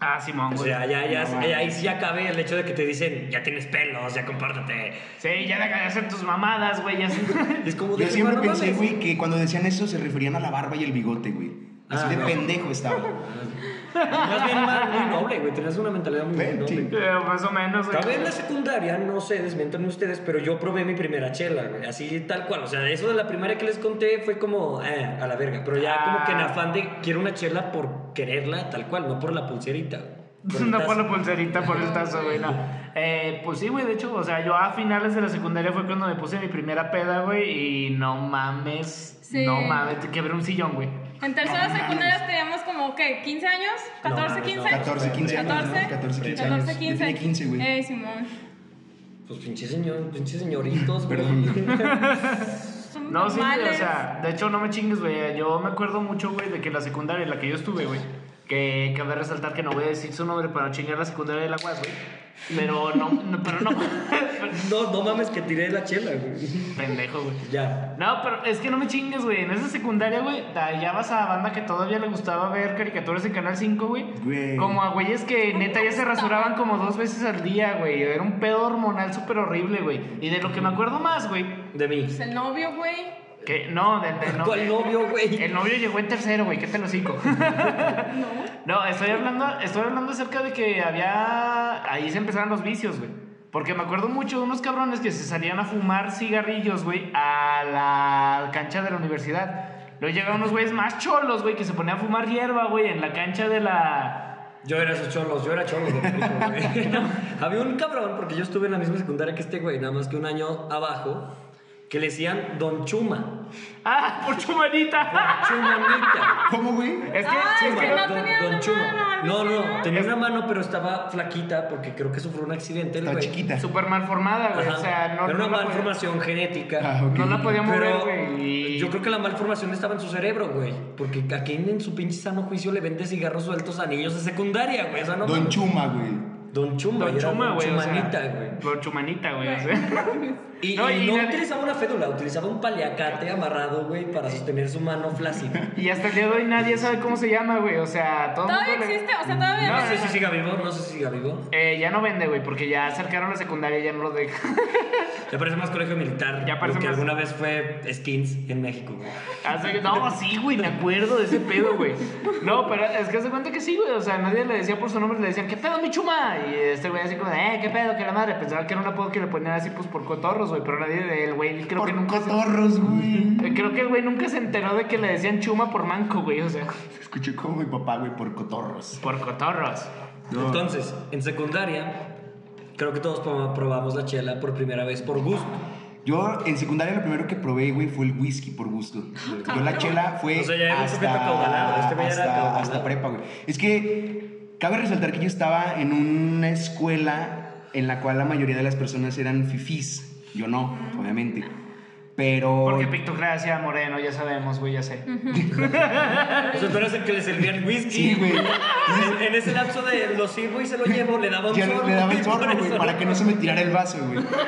Ah, Simón, O güey. sea, ya, ya, No mames. ahí sí acabe el hecho de que te dicen, ya tienes pelos, ya compártate. Sí, ya deja de hacer tus mamadas, güey. Ya sé. Es como de Yo que, siempre "Bueno, pensé, mames". güey, que cuando decían eso se referían a la barba y el bigote, güey. Así Ah, de no. pendejo estaba. Más bien mal, muy noble, güey. Tenías una mentalidad muy Ven, noble. ching. Eh, más o menos, güey. Acabé en la secundaria, no sé, desmientan ustedes, pero yo probé mi primera chela, güey, así tal cual. O sea, eso de la primaria que les conté fue como eh, a la verga, pero ya como que en Ah. afán de quiero una chela por quererla tal cual, no por la pulserita. güey. Por el No tazo. por la pulserita, por el tazo, güey, no. Eh, pues sí, güey, de hecho, o sea, yo a finales de la secundaria fue cuando me puse mi primera peda, güey, y no mames, Sí. no mames, te quebré un sillón, güey. En tercero No de secundaria teníamos como, ¿qué? ¿15 años? No, ¿14, mames, 15? no. 14, 15 años. ¿no? 14, 14, 15 años. 14, 15. Yo tenía 15, güey. Eh, Simón. Pues pinche señor, pinche señoritos, güey. Perdón. Somos No, sí, güey, o normales. sea, de hecho, no me chingues, güey. Yo me acuerdo mucho, güey, de que la secundaria en la que yo estuve, güey, Que cabe resaltar que no voy a decir su nombre para no chingar la secundaria de la UAS, güey. Pero no, no, pero no. No, no mames que tiré la chela, güey. Pendejo, güey. Ya. No, pero es que no me chingues, güey. En esa secundaria, güey, ya vas a banda que todavía le gustaba ver caricaturas en Canal 5, Güey. güey. Como a güeyes que neta ya se rasuraban como dos veces al día, güey. Era un pedo hormonal súper horrible, güey. Y de lo que me acuerdo más, güey, De mí. Pues el novio, güey. que no, del del ¿Cuál novio, güey? El novio llegó en tercero, güey, ¿qué te lo cico? no, estoy hablando, estoy hablando acerca de que había. Ahí se empezaron los vicios, güey. Porque me acuerdo mucho de unos cabrones que se salían a fumar cigarrillos, güey, a la cancha de la universidad. Luego llegaban unos güeyes más cholos, güey, que se ponían a fumar hierba, güey, en la cancha de la. Yo era esos cholos, yo era cholo. de piso, güey. Había un cabrón, porque yo estuve en la misma secundaria que este güey, nada más que un año abajo, que le decían Don Chuma. ¡Ah! ¡Por chumanita! Chumanita. ¿Cómo, güey? es que. Ay, Ah, es sí, que- no tenía una mano, algo No, así, no, ¿no? tenía una mano, pero estaba flaquita porque creo que sufrió un accidente. el Está güey. chiquita. Súper mal formada, güey. Ajá. O sea, no, Era una no la podía- malformación genética. Ah, ok. no la podía mover, Pero güey. y- yo creo que la malformación estaba en su cerebro, güey. Porque a quien en su pinche sano juicio le vende cigarros sueltos a niños de secundaria, güey. O sea, no Don mames. Chuma, güey. Don Chuma. Don era Chuma, Don güey. o sea, Chumanita, güey. Don Chumanita, güey. o sea. Y y No, no, y nadie- utilizaba una fédula, utilizaba un paliacate amarrado, güey, para sostener su mano flácida. Y hasta el día de hoy nadie sabe cómo se llama, güey. O sea, todo el Todavía mundo le- existe, o sea, todavía No, No sé existe. si siga vivo, no sé si siga vivo. Eh, ya no vende, güey, porque ya acercaron la secundaria y ya no lo dejan. Ya parece más colegio militar. Ya parece lo que más- alguna vez fue skins en México, güey. Ah. Hace que- No, sí, güey, me acuerdo de ese pedo, güey. No, pero es que se cuenta que sí, güey. O sea, nadie le decía por su nombre, le decían, ¿qué pedo, mi chuma? Y este güey así como, eh, ¿qué pedo, que la madre? Pensaba que era un apodo que le ponían así, pues por cotorros, güey. Pero nadie del güey, creo que Por nunca. se- cotorros, güey. Eh, Creo que el güey nunca se enteró de que le decían chuma por manco, güey. O sea, Escuché como mi papá, güey, por cotorros. por cotorros. No. Entonces, en secundaria, creo que todos proba- probamos la chela por primera vez por gusto. Yo en secundaria lo primero que probé, güey, fue el whisky por gusto. Yo la chela fue O sea, ya era un sujeto acaudalado, hasta, este güey era hasta, acaudalado. hasta prepa, güey. Es que cabe resaltar que yo estaba en una escuela en la cual la mayoría de las personas eran fifís. Yo no, obviamente. Pero... Porque pictocracia, moreno, ya sabemos, güey, ya sé. O sea, tú eras el que le servía el whisky. Sí, güey. En, en ese lapso de lo sirvo y se lo llevo, le daba un Ya sorbo. le daba el y por zorro, güey, eso- para que no se me tirara el vaso, güey. Sí, claro,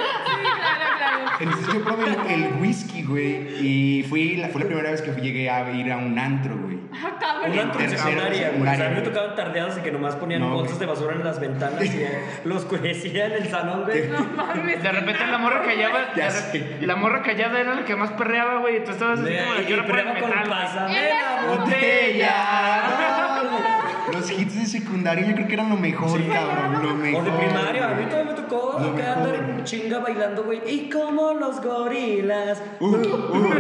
claro. Entonces yo probé el, el whisky, güey, y fui, la, fue la primera vez que fui- llegué a ir a un antro, güey. Ah, cabrón. Una antro Tercero, secundaria, güey. O sea, a mí me secundaria. tocaban tardeadas y que nomás ponían No, bolsas de basura en las ventanas y eh, lo oscurecían el salón, güey. No mames. De repente la morra callaba. Ya la- sé. La morra callada era la que más perreaba, güey. Y tú estabas así como Me- de Y que yo prueba con Era pasadena, güey. Botella. Los hits de secundaria yo creo que eran lo mejor, cabrón, lo O mejor. de primaria, a mí güey. todavía me tocó Lo que andar mejor. en chinga bailando, güey. Y como los gorilas. Uh, uh, uh.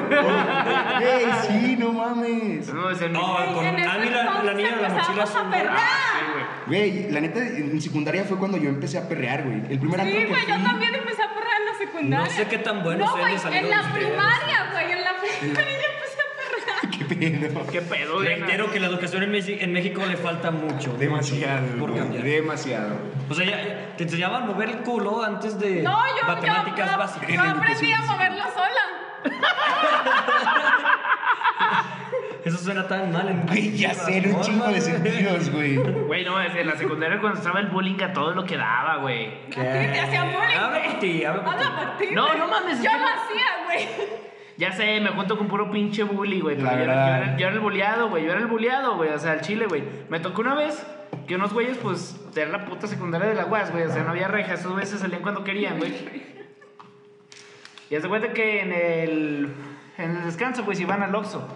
Ey, sí, no mames. No, es el No, mismo. con en ese a mí la, la entonces niña de la mochila empezamos a azul. Ah, perrear. Sí, güey. Güey, la neta, en secundaria fue cuando yo empecé a perrear, güey. El primer antro Sí, que güey, yo fui- también empecé a porrar en la secundaria. No sé qué tan buenos No, güey, hayan salido en la ustedes. primaria, güey, en la primaria yo empecé a porrar. Qué pedo. ¿Qué pedo, Diana? Reitero que la educación en, Mexi- en México le falta mucho. Demasiado, mucho Por güey, cambiar. demasiado. O sea, ya- eh, te enseñaban a mover el culo antes de No, yo, matemáticas yo, básicas. yo, yo aprendí a moverlo sola. Eso suena tan mal en Güey, ya sé, era un chingo de sentidos, güey. Güey, no, es en la secundaria cuando estaba el bullying a todo lo que daba, güey. A ti te hacía bullying. Eh, Habla por ti, habla por ti. Habla por ti. No, güey. no mames, Yo es que lo no- hacía, güey. Ya sé, me junto con puro pinche bully, güey. pero La Yo, era- yo verdad. era- yo era el bulleado, güey. Yo era el bulleado, güey. O sea, el chile, güey. Me tocó una vez que unos güeyes, pues, era la puta secundaria de la UAS, güey. O sea, no había rejas. Esos veces salían cuando querían, güey. Y haz de cuenta que en el, en el descanso, pues, iban al Oxxo.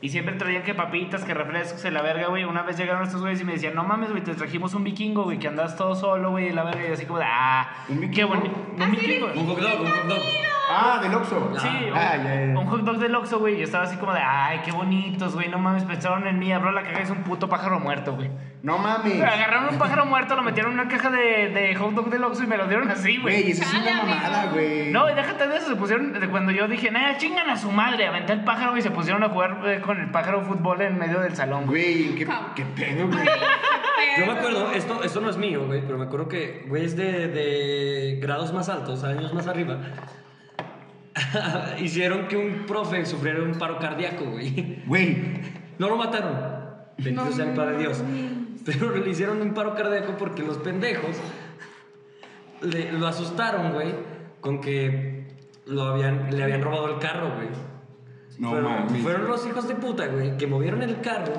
Y siempre traían que papitas, que refrescos, que la verga, güey. Una vez llegaron estos güeyes y me decían, no mames, güey, te trajimos un vikingo, güey, que andas todo solo, güey, y la verga. Y yo así como, de, ah, ¿Un qué vikingo? bonito. Un vikingo. Un hot dog, un hot dog. Ah, del Oxxo. Sí, un, Ah, ya, ya. un hot dog del Oxxo, güey. Yo estaba así como de, ay, qué bonitos, güey. No mames, pensaron en mí. Abro la caja y es un puto pájaro muerto, güey. No mames. Agarraron un pájaro muerto, lo metieron en una caja de, de hot dog del Oxxo y me lo dieron así, Güey, güey. eso es una Chale, mamada, amigo. güey. No, y déjate de eso. Se pusieron, de cuando yo dije, nah, chingan a su madre. Aventé el pájaro güey, y se pusieron a jugar eh, con el pájaro fútbol en medio del salón, güey. Güey, qué, qué pedo, güey. Yo me acuerdo, esto, esto no es mío, güey, pero me acuerdo que güeyes de, de grados más altos, años más arriba, hicieron que un profe sufriera un paro cardíaco, güey. Güey, No lo mataron. Bendito No, sea el Padre Dios. mames. Pero le hicieron un paro cardíaco porque los pendejos le- lo asustaron, güey, con que lo habían, le habían robado el carro, güey. No fueron, mames. fueron los hijos de puta, güey, que movieron el carro.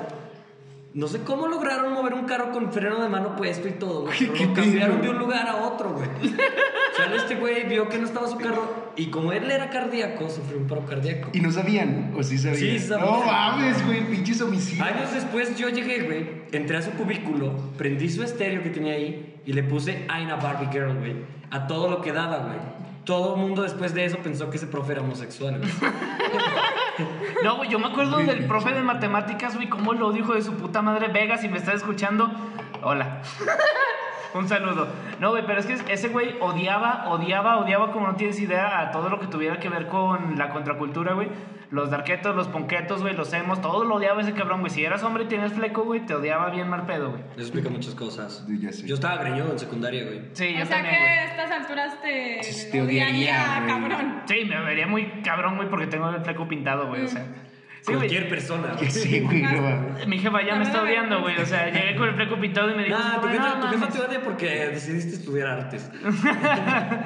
No sé cómo lograron mover un carro con freno de mano puesto y todo, güey. Ay, pero qué lo cambiaron pedo. de un lugar a otro, güey. O sea, este güey vio que no estaba su carro y como él era cardíaco, sufrió un paro cardíaco. Y no sabían, o sí sabían. Sí, sabían. No mames, güey, pinches homicidios. Años después yo llegué, güey, entré a su cubículo, prendí su estéreo que tenía ahí y le puse I'm a Barbie Girl, güey. A todo lo que daba, güey. Todo el mundo después de eso pensó que ese profe era homosexual, güey. No, güey, yo me acuerdo del profe de matemáticas, güey, cómo lo dijo de su puta madre Vega, si me estás escuchando. Hola. Un saludo. No, güey, pero es que ese güey odiaba, odiaba, odiaba, como no tienes idea, a todo lo que tuviera que ver con la contracultura, güey. Los darquetos, los ponquetos, güey, los emos, todo lo odiaba ese cabrón, güey. Si eras hombre y tenías fleco, güey, te odiaba bien mal pedo, güey. Eso explica muchas cosas. Sí, ya sé. Yo estaba greñudo en secundaria, güey. Sí, o yo sea también, que güey. a estas alturas te, Sí, te odiaría, güey. cabrón. Sí, me vería muy cabrón, güey, porque tengo el fleco pintado, güey, o sea. Sí, güey. Cualquier persona, Que güey. sí, güey, no mames. Mi jefa ya me está odiando, güey. O sea, llegué con el fleco pintado y me dijo, Nah, tu "Güey, no jefa, tu jefa mames". te odia porque decidiste estudiar artes.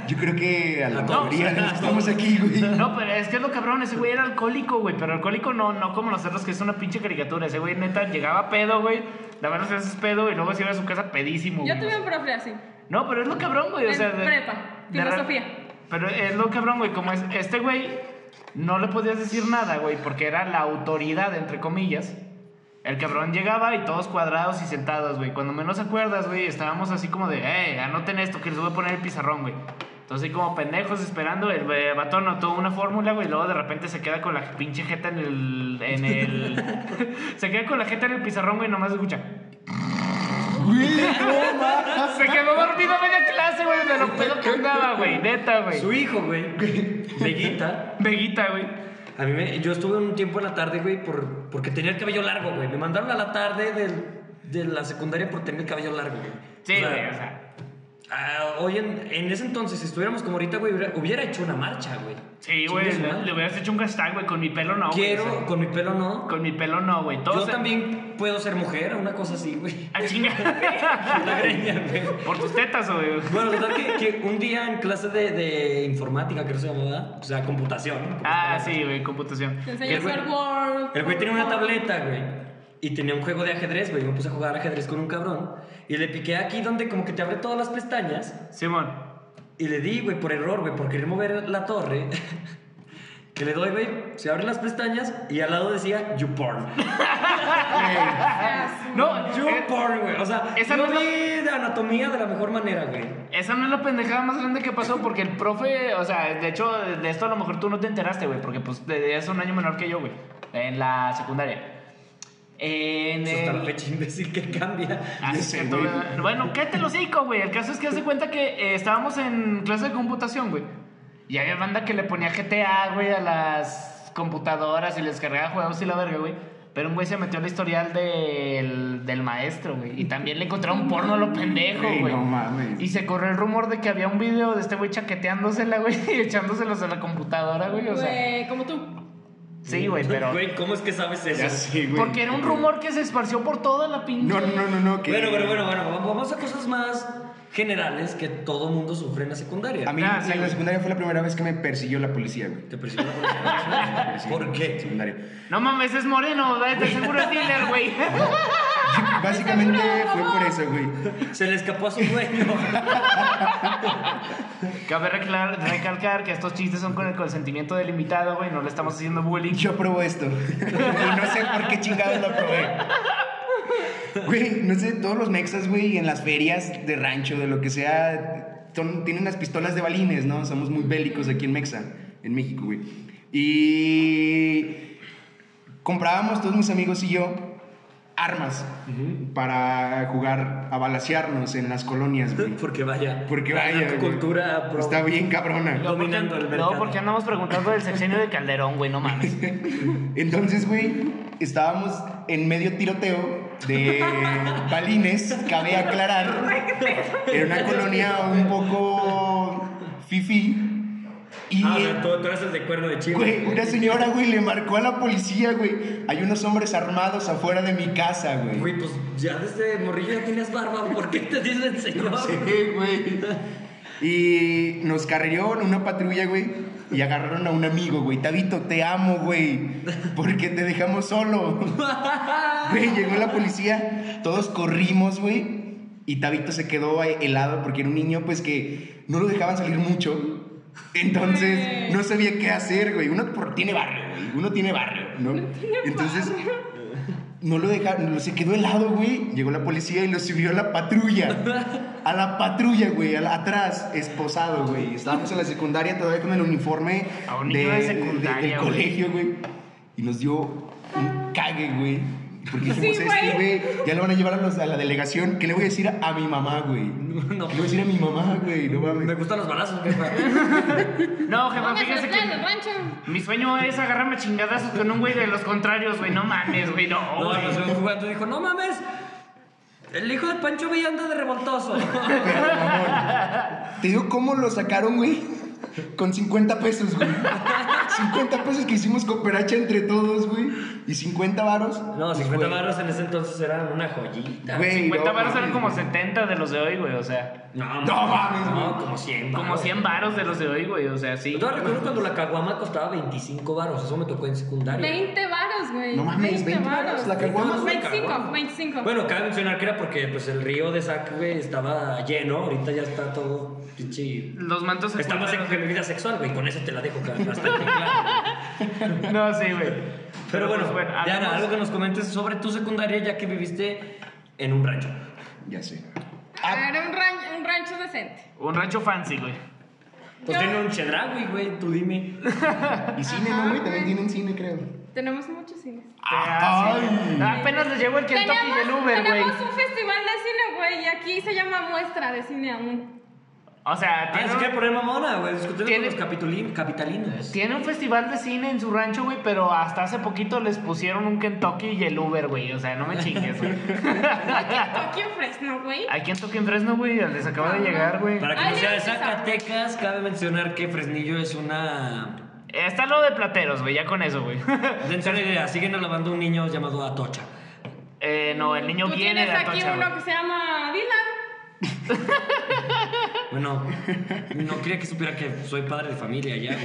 Yo creo que a la A todos. mayoría de los que estamos aquí, güey. No, pero es que es lo cabrón, ese güey era alcohólico, güey, pero alcohólico no, no como nosotros que es una pinche caricatura, ese güey neta llegaba pedo, güey, la verdad es pedo y luego se iba a su casa pedísimo, Yo güey. tuve un profe así. No, pero es lo cabrón, güey, o En sea, prepa, filosofía. Pero es lo cabrón, güey, como es este güey no le podías decir nada, güey, porque era la autoridad entre comillas. El cabrón llegaba y todos cuadrados y sentados, güey. Cuando menos acuerdas, güey, estábamos así como de, eh, anoten esto, que les voy a poner el pizarrón, güey. Entonces, ahí como pendejos esperando, el eh, vato anotó una fórmula, güey, y luego de repente se queda con la pinche jeta en el. En el se queda con la jeta en el pizarrón, güey, nomás escucha. Güey, no mames. Se quedó dormido media clase, güey, de lo pedo que andaba, güey, neta, güey. Su hijo, güey. Veguita. Veguita, güey. A mí me, yo estuve un tiempo en la tarde, güey, por, porque tenía el cabello largo, güey. Me mandaron a la tarde del- de la secundaria por tener el cabello largo, güey. Sí, O sea, güey, o sea. ah, hoy en, en ese entonces, si estuviéramos como ahorita, güey, hubiera, hubiera hecho una marcha, güey. Sí, güey, Chingue su le, madre. le hubieras hecho un hashtag, güey, con mi pelo no, güey, Quiero, o sea, con mi pelo no. con mi pelo no, Ah, güey. Yo Todos también puedo ser mujer, una cosa así, güey. A chingar. La greña, güey. Por tus tetas, güey. Bueno, total que, que un día en clase de, de informática, creo que se llamaba, o sea, computación. Ah, sí, güey, computación. Te Y el enseñó güey- Star Wars. El güey tenía una tableta, güey. Y tenía un juego de ajedrez, güey. Me puse a jugar ajedrez con un cabrón. Y le piqué aquí donde como que te abre todas las pestañas. Simón. Y le di, güey, por error, güey, por querer mover la torre. que le doy, güey. Se abren las pestañas y al lado decía YouPorn. No, eh, yo. YouPorn, güey. O sea, Esa yo no es vi de anatomía de la mejor manera, güey. Esa no es la pendejada más grande que pasó porque el profe, o sea, de hecho, de esto a lo mejor tú no te enteraste, güey, porque pues de- es un año menor que yo, güey, en la secundaria. En Eso está la el... fecha imbécil que cambia. Ah, sí, Ese, cierto, güey. güey. Bueno, ¿qué te lo digo, güey? El caso es que hace cuenta que eh, estábamos en clase de computación, güey. Y había banda que le ponía GTA, güey, a las computadoras y les cargaba juegos y la verga, güey. Pero un güey se metió al historial del, del maestro, güey. Y también le encontraron porno a lo pendejo, Güey, güey. no mames. Y se corrió el rumor de que había un video de este güey chaqueteándosela, güey, y echándoselos a la computadora, güey. O sea, Güey, como tú. sí, güey, pero. Güey, ¿cómo es que sabes eso? Ya sé, güey. Porque era un rumor que se esparció por toda la pinche. No, no, no, no, no. Que... Bueno, pero bueno, bueno, vamos a cosas más generales que todo mundo sufre en la secundaria. A mí Ah, sí, en la güey. secundaria fue la primera vez que me persiguió la policía, güey. Te persiguió la policía. Me persiguió ¿Por la qué? policía en secundaria. No mames, es moreno, güey, de seguro es dealer, güey. Básicamente fue por eso, güey. Se le escapó a su dueño. Cabe reclar- recalcar que estos chistes son con el consentimiento del invitado, güey, no le estamos haciendo bullying. Yo apruebo esto. Y no sé por qué chingados lo aprobé. Güey, no sé, todos los mexas, güey, en las ferias de rancho, de lo que sea, son- tienen las pistolas de balines, ¿no? Somos muy bélicos aquí en Mexa, en México, güey. Y comprábamos todos mis amigos y yo armas para jugar a balasearnos en las colonias, güey. Porque vaya. Porque vaya, tu güey. cultura pro- está bien cabrona. Luego, ¿por qué- Dominando el mercado. Luego, ¿por qué andamos preguntando del sexenio de Calderón, güey? No mames. Entonces, güey, estábamos en medio tiroteo de balines, cabe aclarar. Era una colonia un poco fifi. Y Ah, o sea, tú, tú eres el de cuerno de chile. Güey, una señora, güey, le marcó a la policía, güey. Hay unos hombres armados afuera de mi casa, güey. Güey, pues ya desde morrillo ya tienes barba. ¿Por qué te dicen señor? Sí, güey. Y nos carrió en una patrulla, güey. Y agarraron a un amigo, güey. Tabito, te amo, güey. Porque te dejamos solo. Güey, llegó la policía. Todos corrimos, güey. Y Tabito se quedó ahí helado porque era un niño, pues, que no lo dejaban salir mucho. Entonces, Güey. no sabía qué hacer, güey. Uno por- tiene barrio, güey. Uno tiene barrio, ¿no? Entonces, no lo dejaron, lo- se quedó helado, güey. Llegó la policía y lo subió a la patrulla. A la patrulla, güey, a la- atrás, esposado, güey. Estábamos en la secundaria todavía con el uniforme A un niño de secundaria, del güey. colegio, güey. Y nos dio un cague, güey. Porque Sí, dijimos, este, güey. güey, ya lo van a llevar a, los- a la delegación. ¿Qué le voy a decir a, a mi mamá, güey? No, ¿Qué le voy a decir a mi mamá, güey? No Me mames. gustan los balazos, jefa. No, No jefa, me fíjese soplan el que. rancho. Mi sueño es agarrarme a chingadazos con un güey de los contrarios, güey. No mames, güey. No, No, güey. nos fuimos jugando y pues, dijo, no mames. El hijo de Pancho Villa anda de revoltoso. Pero, mamón, Te digo cómo lo sacaron, güey. Con 50 pesos, güey. 50 pesos que hicimos cooperacha entre todos, güey. Y 50 varos. No, pues, 50 güey, barros en ese entonces eran una joyita. Güey, 50 no varos eran mames, como güey. 70 de los de hoy, güey. O sea, No, No mames, No, güey. como 100 como 100 varos de los de hoy, güey. O sea, sí. Yo todavía recuerdo cuando la caguama costaba 25 baros, eso me tocó en secundaria. 20 varos, güey. No mames, 20 varos, la caguama. Caguama. 25, 25. Bueno, cabe mencionar que era porque pues, el río de Sac, güey, estaba lleno, ahorita ya está todo pinche... Los mantos Está más seco que mi vida sexual, güey, con eso te la dejo ca- bastante claro. No, sí, güey. Pero bueno, pues, Diana, hablemos- algo que nos comentes sobre tu secundaria ya que viviste en un rancho. Ya sé. Era un rancho, un rancho decente. Un rancho fancy, güey. Pues Yo- tiene un chedragui, güey, tú dime. Y cine, ¿no, güey? También tienen cine, creo. Tenemos muchos cines. Ah, sí, Ay. güey. Apenas les llegó el Kentucky Teníamos, del Uber, güey. tenemos un festival de cine, güey, y aquí se llama Muestra de Cine aún. O sea, Ah, tiene se quiere un, poner mamona, güey, discutiendo con Tiene- los capitulín- capitalinos. tiene un festival de cine en su rancho, güey, pero hasta hace poquito les pusieron un Kentucky y el Uber, güey. O sea, no me chingues, güey. Tokio Fresno, güey. Hay Kentucky en Fresno, güey, les acaba de No, llegar, no. güey. Para que Ay, no sea de ya empezamos. Zacatecas, cabe mencionar que Fresnillo es una Está lo de plateros, güey, ya con eso, güey. Dense una idea, siguen alabando a un niño llamado Atocha. Eh, no, el niño Tú viene tienes de aquí Atocha, uno güey. que se llama Dylan. Bueno, no quería que supiera que soy padre de familia ya.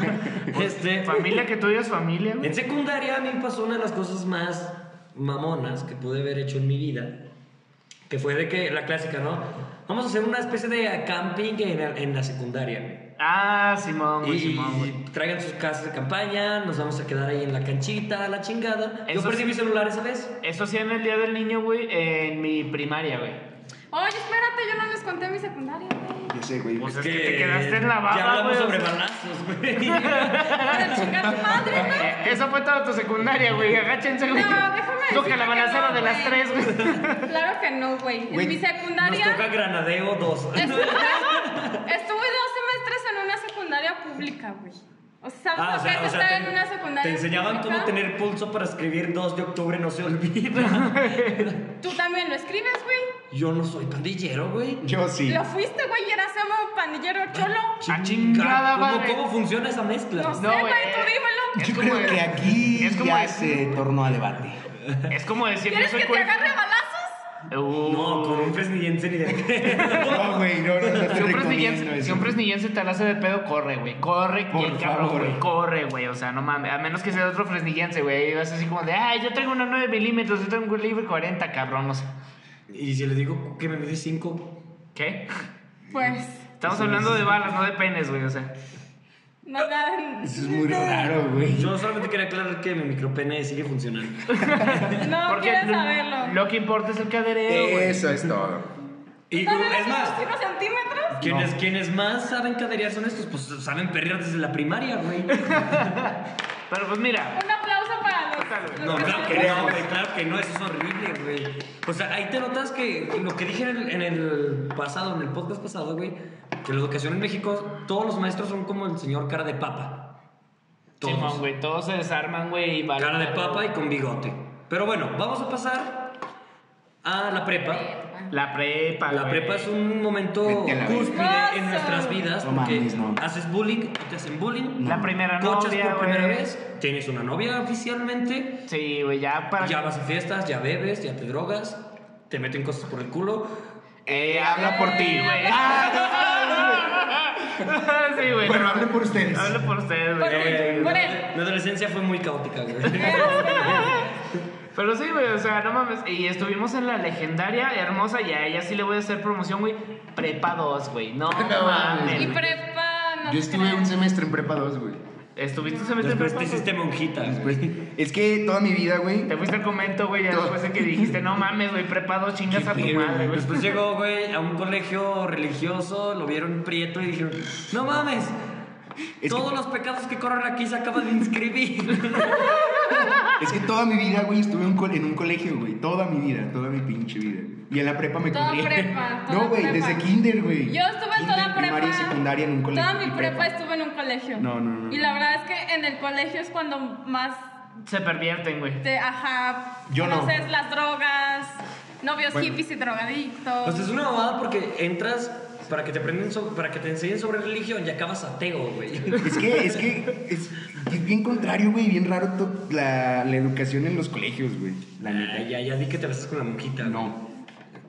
güey. Este, Familia que tuya es familia, güey. en secundaria a mí pasó una de las cosas más mamonas que pude haber hecho en mi vida, que fue de que la clásica, ¿no? Vamos a hacer una especie de camping en, la- en la secundaria. Ah, Simón, Y, güey, Simón, güey. traigan sus casas de campaña, nos vamos a quedar ahí en la canchita, la chingada. Yo Eso perdí sí. mi celular esa vez. Eso sí, en el día del niño, güey, en mi primaria, güey. Oye, espérate, yo no les conté mi secundaria, güey. Ya sé, güey. Pues es que, te quedaste en la Ya baba, hablamos güey. o sobre sea. balazos, güey. Para chingar a tu madre, güey. Eh, Eso fue toda tu secundaria, güey. Agáchense, güey. No, déjame Toca la decirte que balacera no, de las güey. tres, güey. Claro que no, güey. En Güey, mi Nos toca secundaria Granadeo 2. estuve, estuve dos semestres en una secundaria pública, güey. O sea, Ah, ¿sabes lo que es estar en una secundaria te enseñaban pública? cómo tener pulso para escribir 2 de octubre, no se olvida. Tú también lo escribes, güey. Yo no soy pandillero, güey. Yo sí. Lo fuiste, güey, y eras emo Ah, pandillero cholo. A Chinga, chingada ¿cómo- madre. ¿Cómo funciona esa mezcla? No sé, No, güey, güey. tú dímelo. Es Yo como creo el- que aquí es como ya el- se tornó a debate. Es como decir, yo ¿Quieres soy que te cuer- agarre a balazos? Uh, No, con un fresnillense ni de No, güey, no, no, no te Si un recomiendo fresnillense- si eso. un fresnillense te la hace de pedo, corre, güey. Corre, Por bien cabrón, favor. güey. Corre, güey. O sea, no mames. A menos que sea otro fresnillense, güey. Y vas así como de, ay, yo tengo una 9 milímetros, yo tengo un libre 40, cabrón. O sea, Y si le digo que me mide 5. ¿qué? Pues, Estamos hablando de balas, no de penes, güey. O sea, no, no, Eso es muy raro, güey. Yo solamente quería aclarar que mi micropene sigue funcionando. no porque quieres lo, saberlo. lo que importa es el cadereo, güey. Eso es todo. Y ¿Tú también es más, unos 5 centímetros? quienes, quienes más saben caderear son estos, pues saben perrear desde la primaria, güey. Pero pues mira, Un aplauso para los. Cuéntalo. No, los que claro se- que no, güey, claro que no, eso es horrible, güey. O sea, ahí te notas que lo que dije en el, en el pasado, en el podcast pasado, güey, que la educación en México, todos los maestros son como el señor cara de papa. Todos. Simón, güey, todos se desarman, güey. y valen cara de madre, papa y con bigote. Pero bueno, vamos a pasar a la prepa. La prepa. La güey. prepa es un momento Vete a la cúspide verga. en nuestras vidas No porque mames, no. haces bullying, te hacen bullying, La primera cochas novia, por primera güey. vez, tienes una novia oficialmente, Sí, güey, ya para. ya vas a fiestas, ya bebes, ya te drogas, te meten cosas por el culo. Eh, habla por ti, güey. sí, güey. Bueno, no. hable por ustedes. Hablo por ustedes, Por güey. Eh, él, por él. Mi adolescencia fue muy caótica, güey. Pero sí, güey, o sea, no mames. Y estuvimos en la legendaria, hermosa, y a ella sí le voy a hacer promoción, güey. Prepa 2, güey. No, No mames. mames. Y güey. prepa, no Yo te estuve creas. un semestre en prepa 2, güey. Estuviste un semestre en Después prepa. te hiciste monjita. güey. Después- es que toda mi vida, güey. Te fuiste al comento, güey, ya Todo. después de que dijiste, no mames, güey, prepa 2, chingas a tu Sí, madre, güey. güey. Después llegó, güey, a un colegio religioso, lo vieron prieto y dijeron, no mames, Es todos los pecados que corren aquí se acaban de inscribir. Es que toda mi vida, güey, estuve un col- en un colegio, güey. Toda mi vida, toda mi pinche vida. Y en la prepa me Toda corrieron. prepa, toda no, güey, prepa. desde kinder, güey. Yo estuve en Kinder, toda Primaria prepa. y secundaria en un colegio. Toda mi y prepa estuve en un colegio. No, no, no, Y no. la verdad es que en el colegio es cuando más Se pervierten, güey. te, ajá, Yo no. conoces las drogas, novios Bueno. hippies y drogadictos. Pues es una mamada porque entras para que te aprenden so- para que te enseñen sobre religión y acabas ateo, güey. Es que, es que, es, es bien contrario, güey, bien raro to- la, la educación en los colegios, güey. La Ah, neta. ya, ya di que te besas con la monjita. güey. No,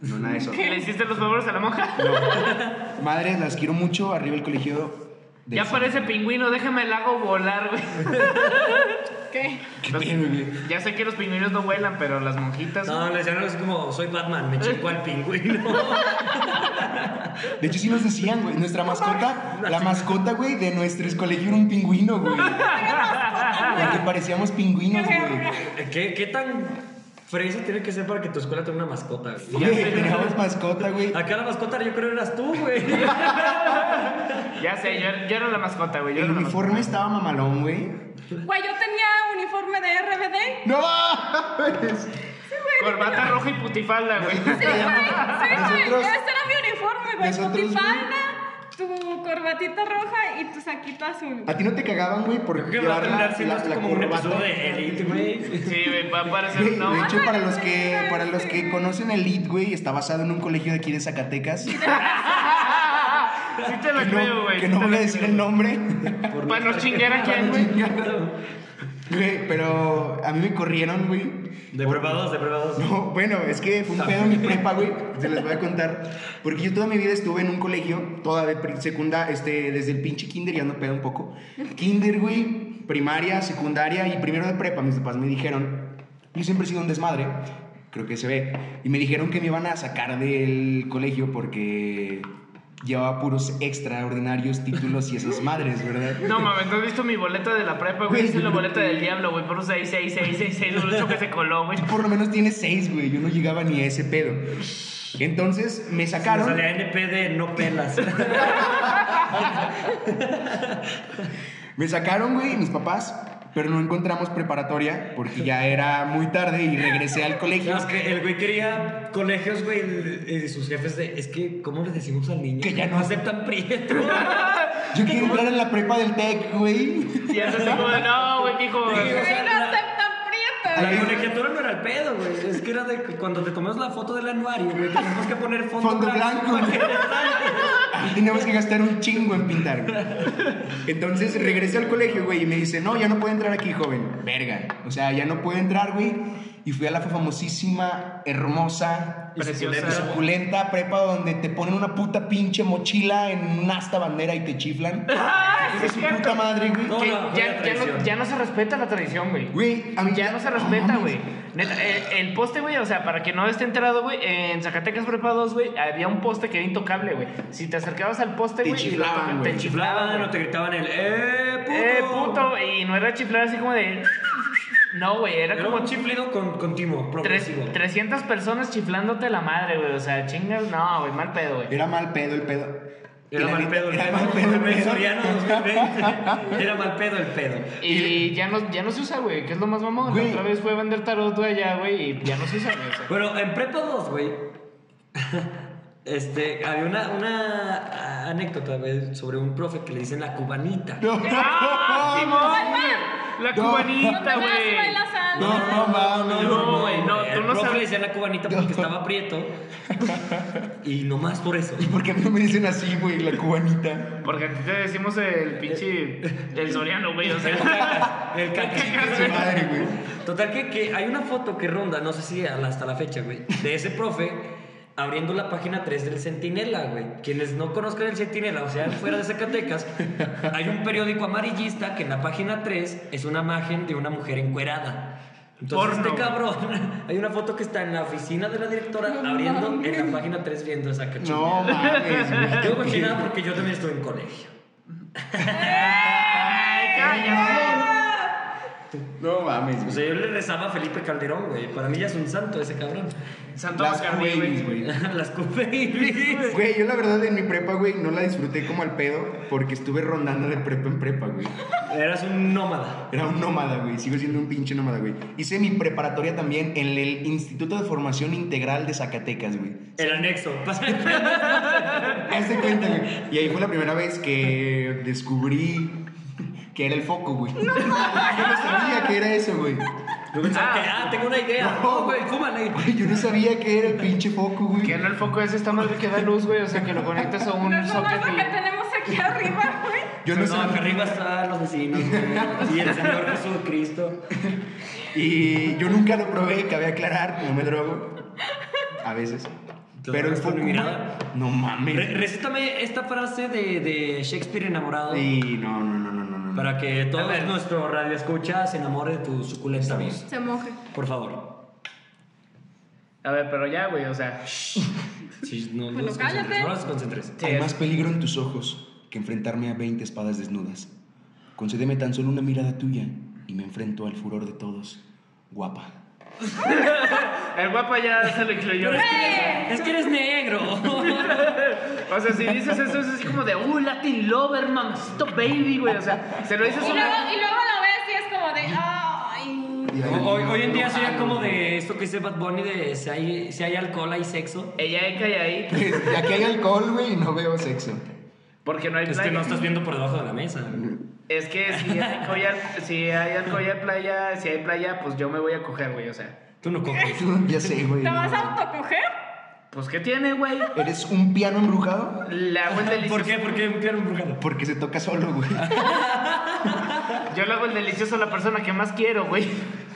no nada de eso. ¿Le hiciste los favores a la monja? Madres, las quiero mucho. Arriba el colegio. de- Ya parece pingüino, déjame el lago volar, güey. ¿Qué? Qué pedo, güey. Ya sé que los pingüinos no vuelan, pero las monjitas. No, le decían algo así como, soy Batman, me chingo al pingüino. De hecho, sí nos decían, güey. Nuestra mascota, la mascota, güey, de nuestro colegio era un pingüino, güey. Porque parecíamos pingüinos, güey. ¿Qué, qué tan fresa tiene que ser para que tu escuela tenga una mascota, güey? Güey, Teníamos mascota, güey. Acá la mascota yo creo eras tú, güey. Ya sé, yo, era- yo era la mascota, güey. yo El era la mascota. uniforme estaba mamalón, güey. Güey, yo tenía uniforme de RBD. ¡No! mames! Corbata roja y putifalda, güey. Sí, güey, sí, güey. Nosotros- Ese era mi uniforme, güey. nosotros, Tu güey. tifalda, tu corbatita roja y tu saquito azul. A ti no te cagaban, güey, por Creo que va a llevar terminar la, siendo la- así la como un corbata. episodio de Elite, güey. Sí, güey, va a parecer. Güey, No, de hecho, Ah, para no los sé, que güey. para los que conocen Elite, güey, está basado en un colegio de aquí de Zacatecas. Que sí te la creo, no, güey. que sí no te voy la a decir creo. el nombre. Para no chingar a quién, güey. Güey, pero a mí me corrieron, güey. Depravados, depravados. No, bueno, es que fue un pedo en mi prepa, güey. Se les voy a contar. Porque yo toda mi vida estuve en un colegio, toda de pri- secunda, este, desde el pinche kinder, ya no pedo un poco. Kinder, güey, primaria, secundaria y primero de prepa, mis papás me dijeron. Yo siempre he sido un desmadre, creo que se ve. Y me dijeron que me iban a sacar del colegio porque llevaba puros extraordinarios títulos y esas madres, ¿verdad? No mames, ¿no has visto mi boleta de la prepa, güey? Hice la boleta del diablo, güey, por un 66666, un 8 que se coló, güey. Por lo menos tiene seis, güey. Yo no llegaba ni a ese pedo. Entonces me Claro. sacaron. Salía NP de no pelas. Me sacaron, güey, mis papás, pero no encontramos preparatoria porque ya era muy tarde y regresé al colegio. No, es que el güey quería colegios, güey, y sus jefes de, es que, ¿cómo le decimos al niño? Que ya no- aceptan prieto. Yo quiero entrar en la prepa del TEC, güey. Y haces así como de, no, güey, mijo. o Güey, sea, no la- aceptan prietas. La colegiatura no era el pedo, güey. Es que era de que cuando te tomas la foto del anuario, güey, tenemos que poner fondo, Fondo blanco, para que güey. le salga. Ahí teníamos que gastar un chingo en pintar, güey. Entonces regresé al colegio, güey, y me dice, no, ya no puede entrar aquí, joven. Verga. O sea, ya no puede entrar, güey. Y fui a la famosísima, hermosa, Preciosa. suculenta prepa donde te ponen una puta pinche mochila en un asta bandera y te chiflan. Ah, Es su puta madre, güey. No, Que no, fue ya, la ya no, traición. ya no se respeta la tradición, güey. Güey, a mí Ya no se respeta, mames. güey. Neta, el, el poste, güey, o sea, para que no esté enterado, güey, en Zacatecas Prepa 2, güey, había un poste que era intocable, güey. Si te acercabas al poste, Te güey, y lo chiflaban, tocaban, güey. te chiflaban, Chiflaban o güey. te gritaban el, ¡eh, puto! Eh, puto, y no era chiflar así como de... No, güey, era Era como como chiflido con, continuo, tres, progresivo. 300 personas chiflándote la madre, güey, o sea, chingas, no, güey, mal pedo, güey. Era mal pedo el pedo. Y Era la mal neta, pedo el Era pedo. mal pedo el Meme pedo. Soriano 2020. Era mal pedo el pedo. Y ya no, ya no se usa, güey, que es lo más mamón. La Güey. otra vez fue vender tarot, güey, allá, güey, y ya no se usa, güey. o sea. Bueno, en prepa 2, güey. Este, había una, una anécdota, güey, sobre un profe que le dicen la cubanita. No. ¡Ah, Simón! Batman, La No. cubanita, Apenas güey. baila salsa. No, no, no, no, No, güey, no, tú no El profe le sabes. decía la cubanita porque estaba prieto. Y nomás por eso. ¿Y por qué a mí no me dicen así, güey, la cubanita? Porque aquí te decimos el pinche. El soriano, güey. O sea, El cacas, Su madre, güey. Total que, que hay una foto que ronda, no sé si hasta la fecha, güey, de ese profe abriendo la página 3 del Centinela, güey. Quienes no conozcan el Centinela, o sea, fuera de Zacatecas, hay un periódico amarillista que en la página 3 es una imagen de una mujer encuerada. Entonces, Porno. este cabrón, hay una foto que está en la oficina de la directora No abriendo en mames. la página 3 viendo esa cachorra. No mames, güey. Yo me nada porque yo también estuve en colegio. Ay, cállate. No mames, O güey. sea, yo le rezaba a Felipe Calderón, güey. Para mí ya es un santo ese cabrón. Santo Las Bacardí, cubelis, güey. güey. Las cupelis. Güey, yo la verdad en mi prepa, güey, no la disfruté como al pedo porque estuve rondando de prepa en prepa, güey. Eras un nómada. Era un nómada, güey. Sigo siendo un pinche nómada, güey. Hice mi preparatoria también en el Instituto de Formación Integral de Zacatecas, güey. El anexo. Pasa- Hazte cuenta, güey. Y ahí fue la primera vez que descubrí que era el foco, güey. No, Yo no sabía que era eso, güey. Yo pensaba que, ah, tengo una idea. No. No, güey, fúmale. Güey, Yo no sabía que era el pinche foco, güey. Que no el foco ese está madre que da luz, güey. O sea, que lo conectas a un No es lo socket. que y- tenemos aquí arriba, güey. Yo no, No, sabía. acá arriba están los vecinos. güey. Y el Señor Jesucristo. Y yo nunca lo probé, cabe aclarar, no me drogo. A veces. ¿Te Pero el drogas con foco. mi mirada? güey, No mames. Re- recítame esta frase de, de Shakespeare enamorado. Y no, no, no, no, no, no. Para que A todo ver. nuestro radio escucha se enamore de tu suculenta voz. Se moje. Por favor. A ver, pero ya, güey, o sea. Sí, no, Bueno, los concentres. cállate. No los concentres. sí, Hay más peligro en tus ojos que enfrentarme a 20 espadas desnudas. Concédeme tan solo una mirada tuya y me enfrento al furor de todos. Guapa. El guapa ya se lo incluyó. Pero es, que eres, es que eres negro. O sea, si dices eso, es así como de, uh, Latin Lover, mamacito baby, güey. O sea, se lo dices Y a luego, una. y luego lo ves y es como de, ay. Hoy, hoy en día sería como de esto que dice Bad Bunny de si hay, si hay alcohol hay sexo. Ella eca y ahí, Aquí hay alcohol, güey, y no veo sexo. porque no hay Es playa. que no estás viendo por debajo de la mesa. Es que si hay alcohol y al- si hay alcohol y al playa, si hay playa, pues yo me voy a coger, güey. O sea, Tú no coges. Ya sé, güey. ¿Te vas a autocoger? pues ¿qué tiene, güey? ¿Eres un piano embrujado? Le hago el delicioso. ¿Por qué? ¿Por qué un piano embrujado? Porque se toca solo, güey. Yo le hago el delicioso a la persona que más quiero, güey.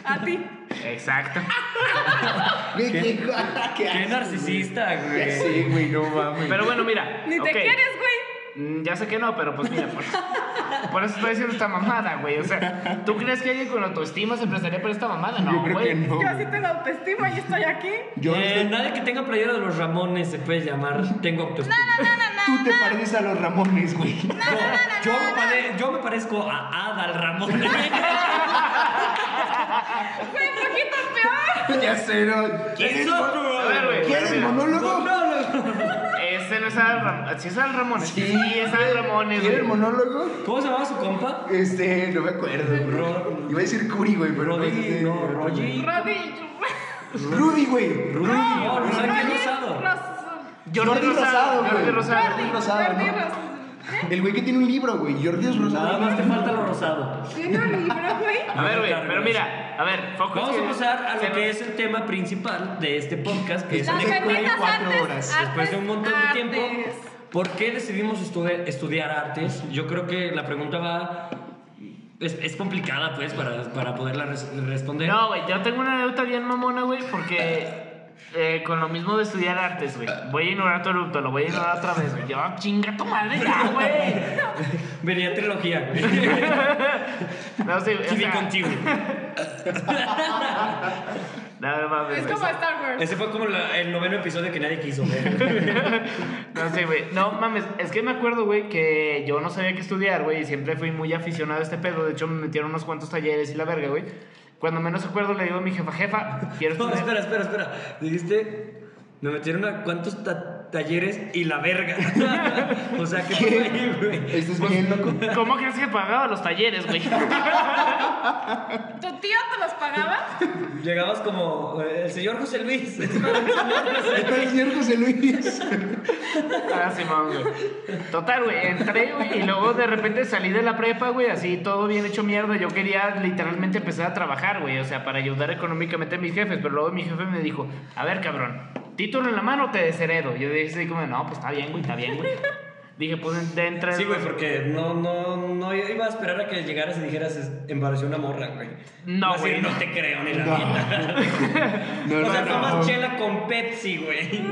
A ti. Exacto. Güey, qué, qué Qué asco, narcisista, güey. güey. Sí, güey, no mames. Pero bueno, mira. Ni te ok. quieres, güey. Mm, Ya sé que no, pero pues mira, por, por eso estoy haciendo esta mamada, güey. O sea, ¿tú crees que alguien con autoestima se prestaría por esta mamada? No, yo creo güey. que no. Yo así tengo autoestima y estoy aquí. Yo Eh, estoy- Nadie que tenga playera de los Ramones se puede llamar tengo autoestima. Tú te pareces a los Ramones, güey. Yo, yo me pare- yo me parezco a Adal Ramones. Güey, un poquito peor. ya sé, ¿no? ¿Quieres, Eso, mon- A ver, güey. ¿quieres mira. monólogo? Este no es Adal Ramones. Sí, es Adal Ramones. Sí. Sí, es Adal Ramones. ¿Quieres güey. monólogo? ¿Cómo se llamaba su compa? Este, no me acuerdo, Ro- bro. Iba a decir Curi, güey, pero no, Rodri, este- no, Rogi. Rodillo. Rudy, güey. Rudy, no, no, Rodillo. ¿quién usado? Jordi Jordi Rosado, Rosado. Jordi güey. Rosado. Jordi Rosado, Jordi ¿no? Rosado. El güey que tiene un libro, güey. Jordi es rosado. Nada más te falta lo rosado. Tiene un libro, güey. A ver, güey, Cargas. pero mira, a ver, focus. Vamos a que- pasar a se lo nos- que es el tema principal de este podcast, que es Las Son el- benditas 44 artes. horas. artes, después de un montón de tiempo. artes. ¿Por qué decidimos estude- estudiar artes? Yo creo que la pregunta va... Es, es complicada, pues, para, para poderla res- responder. No, güey, yo tengo una anécdota bien mamona, güey, porque eh, con lo mismo de estudiar artes, güey. Voy a ignorar tu erupto, lo voy a ignorar otra vez, güey. Yo, chinga tu madre ya, güey. Venía trilogía, güey. No, sí, o Jimmy sea, contigo. No, no mames, Es güey. como Star Wars. Ese fue como la- el noveno episodio que nadie quiso ver. No sé, güey. No mames, es que me acuerdo, güey, que yo no sabía qué estudiar, güey, y siempre fui muy aficionado a este pedo. De hecho, me metieron unos cuantos talleres y la verga, güey. Cuando menos acuerdo, le digo a mi jefa, jefa, quiero No, estudiar. espera, espera, espera. Dijiste... Me metieron a cuántos ta- talleres y la verga. o sea, ¿qué pasa ahí, güey? Esto Este es bien loco. ¿Cómo crees que pagaba los talleres, güey? ¿Tu tío te los pagaba? Llegabas como eh, el señor José Luis. Está el señor Este José Luis. Ah, Simón, güey. Total, güey, entré, güey, y luego de repente salí de la prepa, güey, así todo bien hecho mierda. Yo quería literalmente empezar a trabajar, güey, o sea, para ayudar económicamente a mis jefes, pero luego mi jefe me dijo, a ver, cabrón, título en la mano o te desheredo. Yo dije así como, no, pues está bien, güey, está bien, güey. Dije, pues en- de entre... Sí, güey, porque no, no, no iba a esperar a que llegaras y dijeras "Es- embarazó una morra, güey. No, Vas a decir, güey, No no. te creo ni la No. mierda. No, o sea, no, tomas no. chela con Pepsi, güey.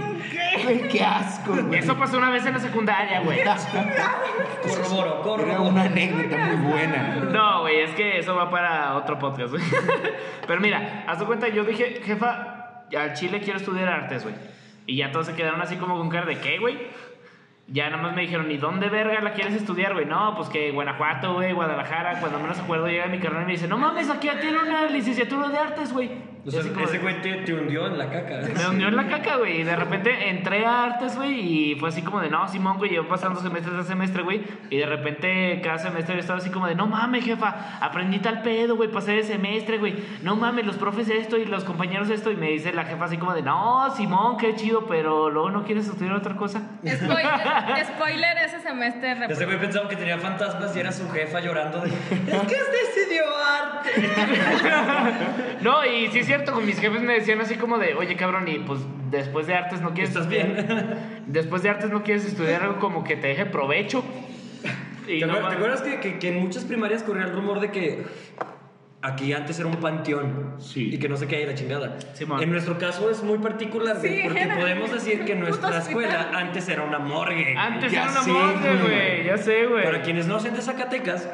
Güey, qué asco, güey. Eso pasó una vez en la secundaria, güey. Corroboro, Era corroboro. una anécdota muy buena. No, güey, es que eso va para otro podcast, güey. Pero mira, haz de cuenta, yo dije, jefa, al Chile quiero estudiar artes, güey. Y ya todos se quedaron así como con cara de qué, güey. Ya nada más me dijeron, ¿y dónde verga la quieres estudiar, güey? No, pues que Guanajuato, güey, Guadalajara. Cuando menos acuerdo llega mi carnal y me dice, no mames, aquí ya tiene una licenciatura de artes, güey. O Y sea, así como ese de- güey te, te hundió en la caca. me hundió en la caca, güey. Y de repente entré a artes, güey. Y fue así como de, no, Simón, güey. Yo pasando semestre tras semestre, güey. Y de repente cada semestre yo estaba así como de, no mames, jefa. Aprendí tal pedo, güey. Pasé el semestre, güey. No mames, los profes esto y los compañeros esto. Y me dice la jefa así como de, no, Simón, qué chido. Pero luego no quieres estudiar otra cosa. Spoiler, spoiler ese semestre de Ese güey pensaba que tenía fantasmas y era su jefa llorando de... Es que este estudió arte. No, y sí es cierto, con mis jefes me decían así como de, oye cabrón, y pues después de artes no quieres ¿Estás estudiar- Después de artes no quieres estudiar algo como que te deje provecho. Y ¿Te, no acuer- mames. te acuerdas que, que- que en muchas primarias corría el rumor de que aquí antes era un panteón? Sí. Y que no sé qué hay la chingada. Simón. en nuestro caso es muy particular, güey, Sí, porque era. podemos decir que Un puto nuestra escuela hospital. antes era una morgue. Antes Ya era una sé, morgue, güey. güey. Ya sé, güey. Para quienes no sean de Zacatecas,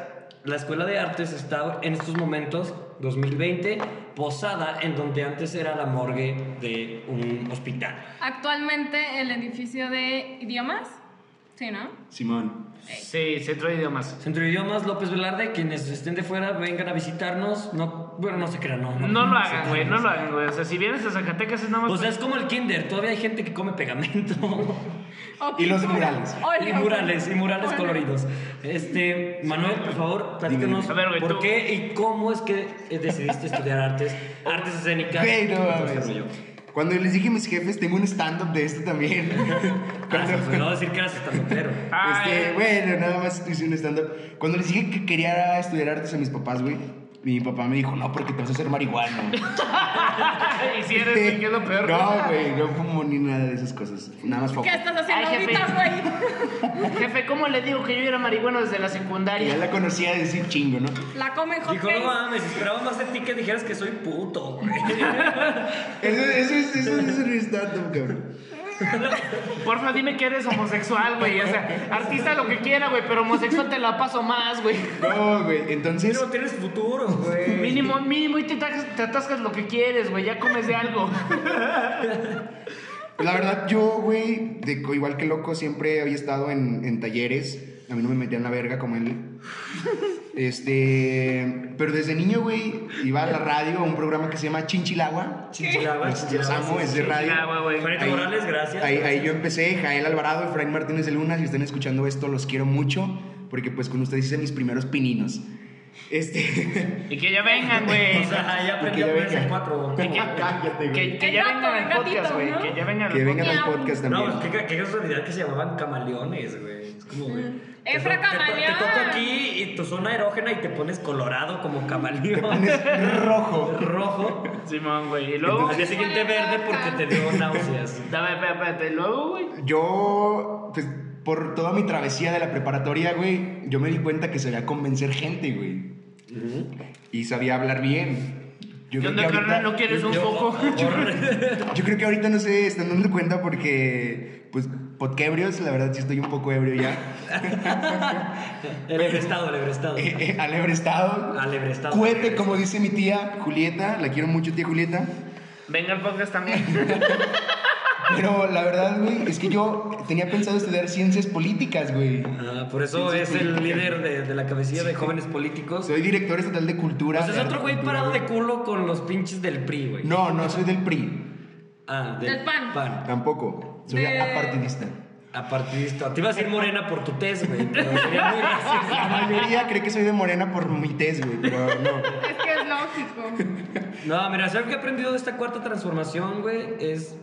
la Escuela de Artes está en estos momentos, 2020, posada en donde antes era la morgue de un hospital. Actualmente el edificio de idiomas. Sí, ¿no? Simón. Sí, centro de idiomas. Centro de Idiomas López Velarde, quienes estén de fuera, vengan a visitarnos. No, bueno, no se crean, no. No lo se hagan, crean. güey, no lo hagan, güey. O sea, si vienes a Zacatecas es nada más. O sea, es como el kinder, todavía hay gente que come pegamento. O Y los pintura. murales. y Óleo. murales, y murales Óleo. coloridos. Este, Manuel, por favor, platícanos A ver, güey, por tú. qué y cómo es que decidiste estudiar artes, artes escénicas. Güey, no y todo este mames. rollo. Cuando les dije a mis jefes, tengo un stand-up de esto también. Ah, se Cuando- me olvidó decir que eras estandopero. Ah, Este, eh. bueno, nada más hice un stand-up. Cuando les dije que quería estudiar artes a mis papás, güey, mi papá me dijo, no, porque te vas a hacer marihuana. y si eres, güey, que es lo peor. No, güey, no fumo ni nada de esas cosas. Nada más foco. ¿Qué estás haciendo Ay, jefe. ahorita, güey? Jefe, ¿cómo le digo que yo era marihuana desde la Ya secundaria? la conocía de decir chingo, ¿no? La comen hot Dijo, no cakes. mames, esperaba más de ti que dijeras que soy puto, güey. Eso, eso, es- eso, es un stand-up, cabrón. Porfa, dime que eres homosexual, güey. O sea, artista lo que quiera, güey, pero homosexual te la paso más, güey. No, güey, entonces... No tienes futuro, güey. Mínimo, mínimo, y te atascas, te atascas lo que quieres, güey. Ya comes de algo. La verdad, yo, güey, de- igual que loco, siempre había estado en, en talleres. A mí no me metían la verga como él. Este. Pero desde niño, güey, iba a la radio a un programa que se llama Chinchilagua. Chinchilagua, Los, los chinchilagua, amo, sí, es de radio. Chinchilagua, güey. Juanito Ahí- Morales, gracias. Ahí, ahí yo empecé, Jael Alvarado, Efraín Martínez de Luna, si están escuchando esto, los quiero mucho, porque pues con ustedes hice mis primeros pininos. Este... Y que ya vengan, güey. O sea, ya aprendí que a ya ponerse venga. cuatro. Y que, Cállate, güey. que- que El ya gato, vengan el al podcast, gatito, güey. ¿no? Que ya vengan al Que vengan al Miau. podcast también. No, qué, qué casualidad que se llamaban camaleones, güey. Es como, güey. te Efra to- te to- Te, Camaleón. toco aquí y tu zona erógena y te pones colorado como camaleón. Te pones rojo. rojo. Simón, güey. Y luego. Al día siguiente verde porque te dio náuseas. Dame, espérate, espérate. Y luego, güey. Yo, pues, por toda mi travesía de la preparatoria, güey, yo me di cuenta que sabía convencer gente, güey. Y sabía hablar bien. Yo ¿Qué creo, onda, que ahorita, carnal? ¿No quieres un Yo- poco? yo creo que ahorita no se están dando cuenta porque, pues, podquebrios, la verdad sí estoy un poco ebrio ya. El estado, el estado. Eh, eh, alebrestado. Alebrestado. Cuete, como dice mi tía Julieta, la quiero mucho, tía Julieta. Venga al podcast también. Pero la verdad, güey, es que yo tenía pensado estudiar ciencias políticas, güey. Ah, por eso Sí, sí, es sí. el líder de, de la cabecilla de jóvenes políticos. Soy director estatal de cultura. O Pues sea, es de otro güey Articultura, parado de culo con los pinches del PRI, güey. No, no soy del PRI, Ah, Del PAN. PAN. tampoco. Soy Eh. De- apartidista. Apartidista. Te iba a decir morena por tu test, güey. Pero sería muy gracioso. La mayoría cree que soy de morena por mi tez, güey, pero no. Es que es lógico. No, mira, ¿sabes qué he aprendido de esta cuarta transformación, güey? Es.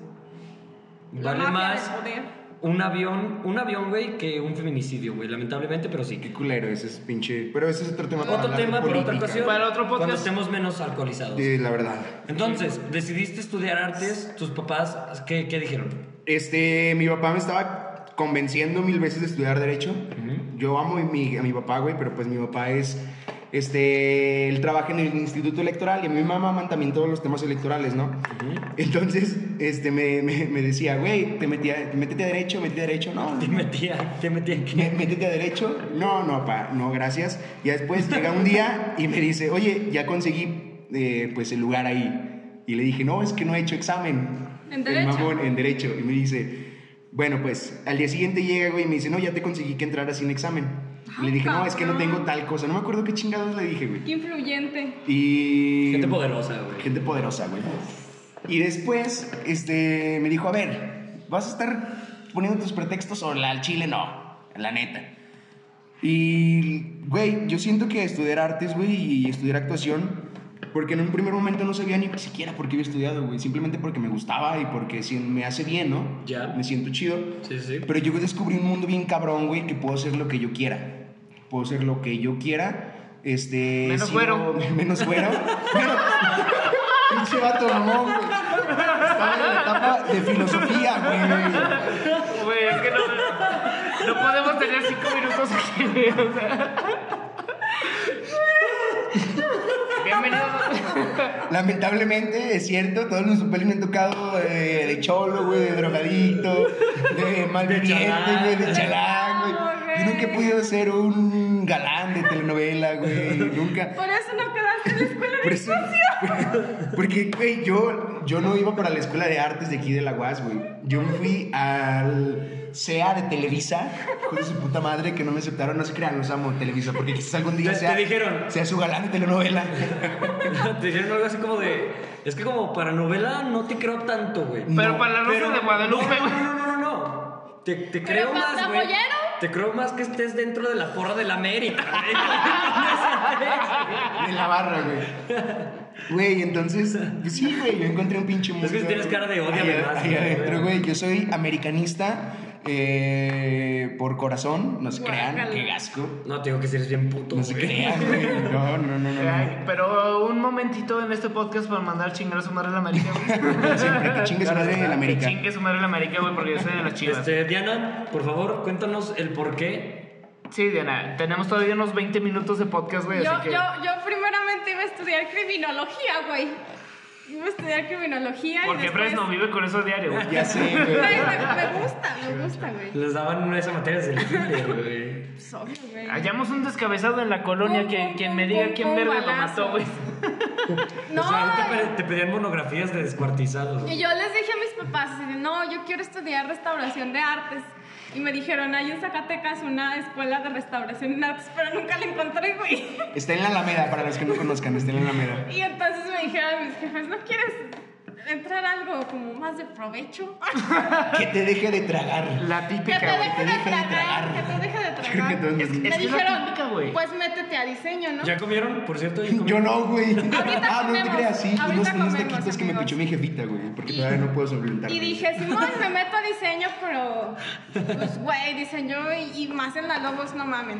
La Vale mafia más del poder. un avión, un avión, güey, que un feminicidio, güey. Lamentablemente, pero sí. Qué culero, ese es pinche. Pero ese es otro tema para Otro hablar de tema para otra Ah, política. ocasión. Para otro podcast. Cuando estemos menos alcoholizados. Sí, la verdad. Entonces, decidiste estudiar artes. ¿Tus papás qué, qué dijeron? Este, mi papá me estaba convenciendo mil veces de estudiar Derecho. Yo amo a mi, a mi papá, güey, pero pues mi papá es. Este, él trabaja en el Instituto Electoral y a mi mamá aman también todos los temas electorales, ¿no? Entonces, este, me, me- me decía, güey, te metía, métete a Derecho, métete a Derecho, no. Te metía, te metía aquí. "Mé- Métete a Derecho, no, no, pa, no, gracias. Y después llega un día y me dice, oye, ya conseguí, eh, pues, el lugar ahí. Y le dije, no, es que no he hecho examen. ¿En El derecho? mamón, en derecho. Y me dice, bueno, pues al día siguiente llega, güey, y me dice, no, ya te conseguí que entraras sin examen. Y le dije, no, es que no Ah, cabrón. tengo tal cosa. No me acuerdo qué chingados le dije, güey. Qué influyente. Y. Gente poderosa, güey. Gente poderosa, güey. Y después, este, me dijo, a ver, vas a estar poniendo tus pretextos o la al chile, no, la neta. Y, güey, yo siento que estudiar artes, güey, y estudiar actuación, porque en un primer momento no sabía ni siquiera por qué había estudiado, güey, simplemente porque me gustaba y porque si me hace bien, ¿no? Ya. Me siento chido. Sí, sí. Pero yo descubrí un mundo bien cabrón, güey, que puedo hacer lo que yo quiera. Puedo hacer lo que yo quiera. Este. Menos sigo- güero. Menos güero. Menos- Pinche vato mamón, güey. Estaba en la etapa de filosofía, güey. Güey, es que no, no podemos tener cinco minutos aquí, güey, o sea. Bienvenidos. Lamentablemente, es cierto, todos los papeles me han tocado eh, de cholo, güey, de drogadicto, de malviviente, chalán. güey, de chalán, güey. Yo No, nunca he güey. podido ser un galán de telenovela, güey. Nunca. Por eso no quedaste en la escuela Por eso- porque, güey, yo, yo no iba para la escuela de artes de aquí de la UAS, güey. Yo me fui al CEA de Televisa, hijo de su puta madre, que no me aceptaron. No se crean, los amo, Televisa, porque quizás algún día Te- sea, te dijeron. sea su galán de telenovela. Te dijeron algo así como de. Es que como para novela no te creo tanto, güey. Pero para la Rosa de Guadalupe, no, güey. no, no, no, no. Te, te Pero creo para más, güey. Tramoyero. Te creo más que estés dentro de la porra de la América. De la barra, güey. Güey, entonces, pues sí, güey, yo encontré un pinche mundo. que tienes cara de odio, ahí- además, ahí güey. adentro, güey. Yo soy americanista eh, por corazón, no se crean, Guácala. qué gasco. No, te digo que si eres bien puto. No se güey. crean, güey. No, no, no, no. no. Ay, Pero un momentito en este podcast para mandar a chingar a su madre la marica, güey. Siempre que chingue su madre en América. Que chingue su madre la marica, güey, porque yo soy de las chivas. Este, Diana, por favor, cuéntanos el por qué. Sí, Diana, tenemos todavía unos 20 minutos de podcast, güey, Yo, así que... yo, yo primeramente iba a estudiar criminología, güey. Iba a estudiar criminología. y Porque después... Fresno vive con eso diario, güey. Ya sé, Güey, güey. Me, me gusta, me gusta, güey. Les daban esa materia desde el kinder, güey. Pues, obvio, güey. Hallamos un descabezado en la colonia Pum, que pum, quien pum, me diga pum, quién pum, verga lo balazo. mató, güey. No, O sea, ahorita pe- te pedían monografías de descuartizados. y yo les dije a mis papás, así de, no, yo quiero estudiar restauración de artes. Y me dijeron, hay en Zacatecas una escuela de restauración en artes, pero nunca la encontré, güey. Está en la Alameda, para los que no conozcan, está en la Alameda. Y entonces me dijeron mis jefes, ¿no quieres entrar a algo como más de provecho? Que te deje de tragar. La Que te típica, güey. deje te de deje de tragar, que te deje de Creo que tragar. todos Me nos- Es que es la típica, güey. dijeron, pues métete a diseño, ¿no? ¿Ya comieron? Por cierto, ¿ya comieron? Yo no, güey. Ahorita Ah, no te comemos, creas, sí. ahorita Unos, unos comemos, taquitos que me amigos. pichó mi jefita, güey. Porque Y- todavía no puedo solventar. Y dije, Simón, me meto a diseño, pero pues güey, diseño y, y más en la Lobos, no mamen.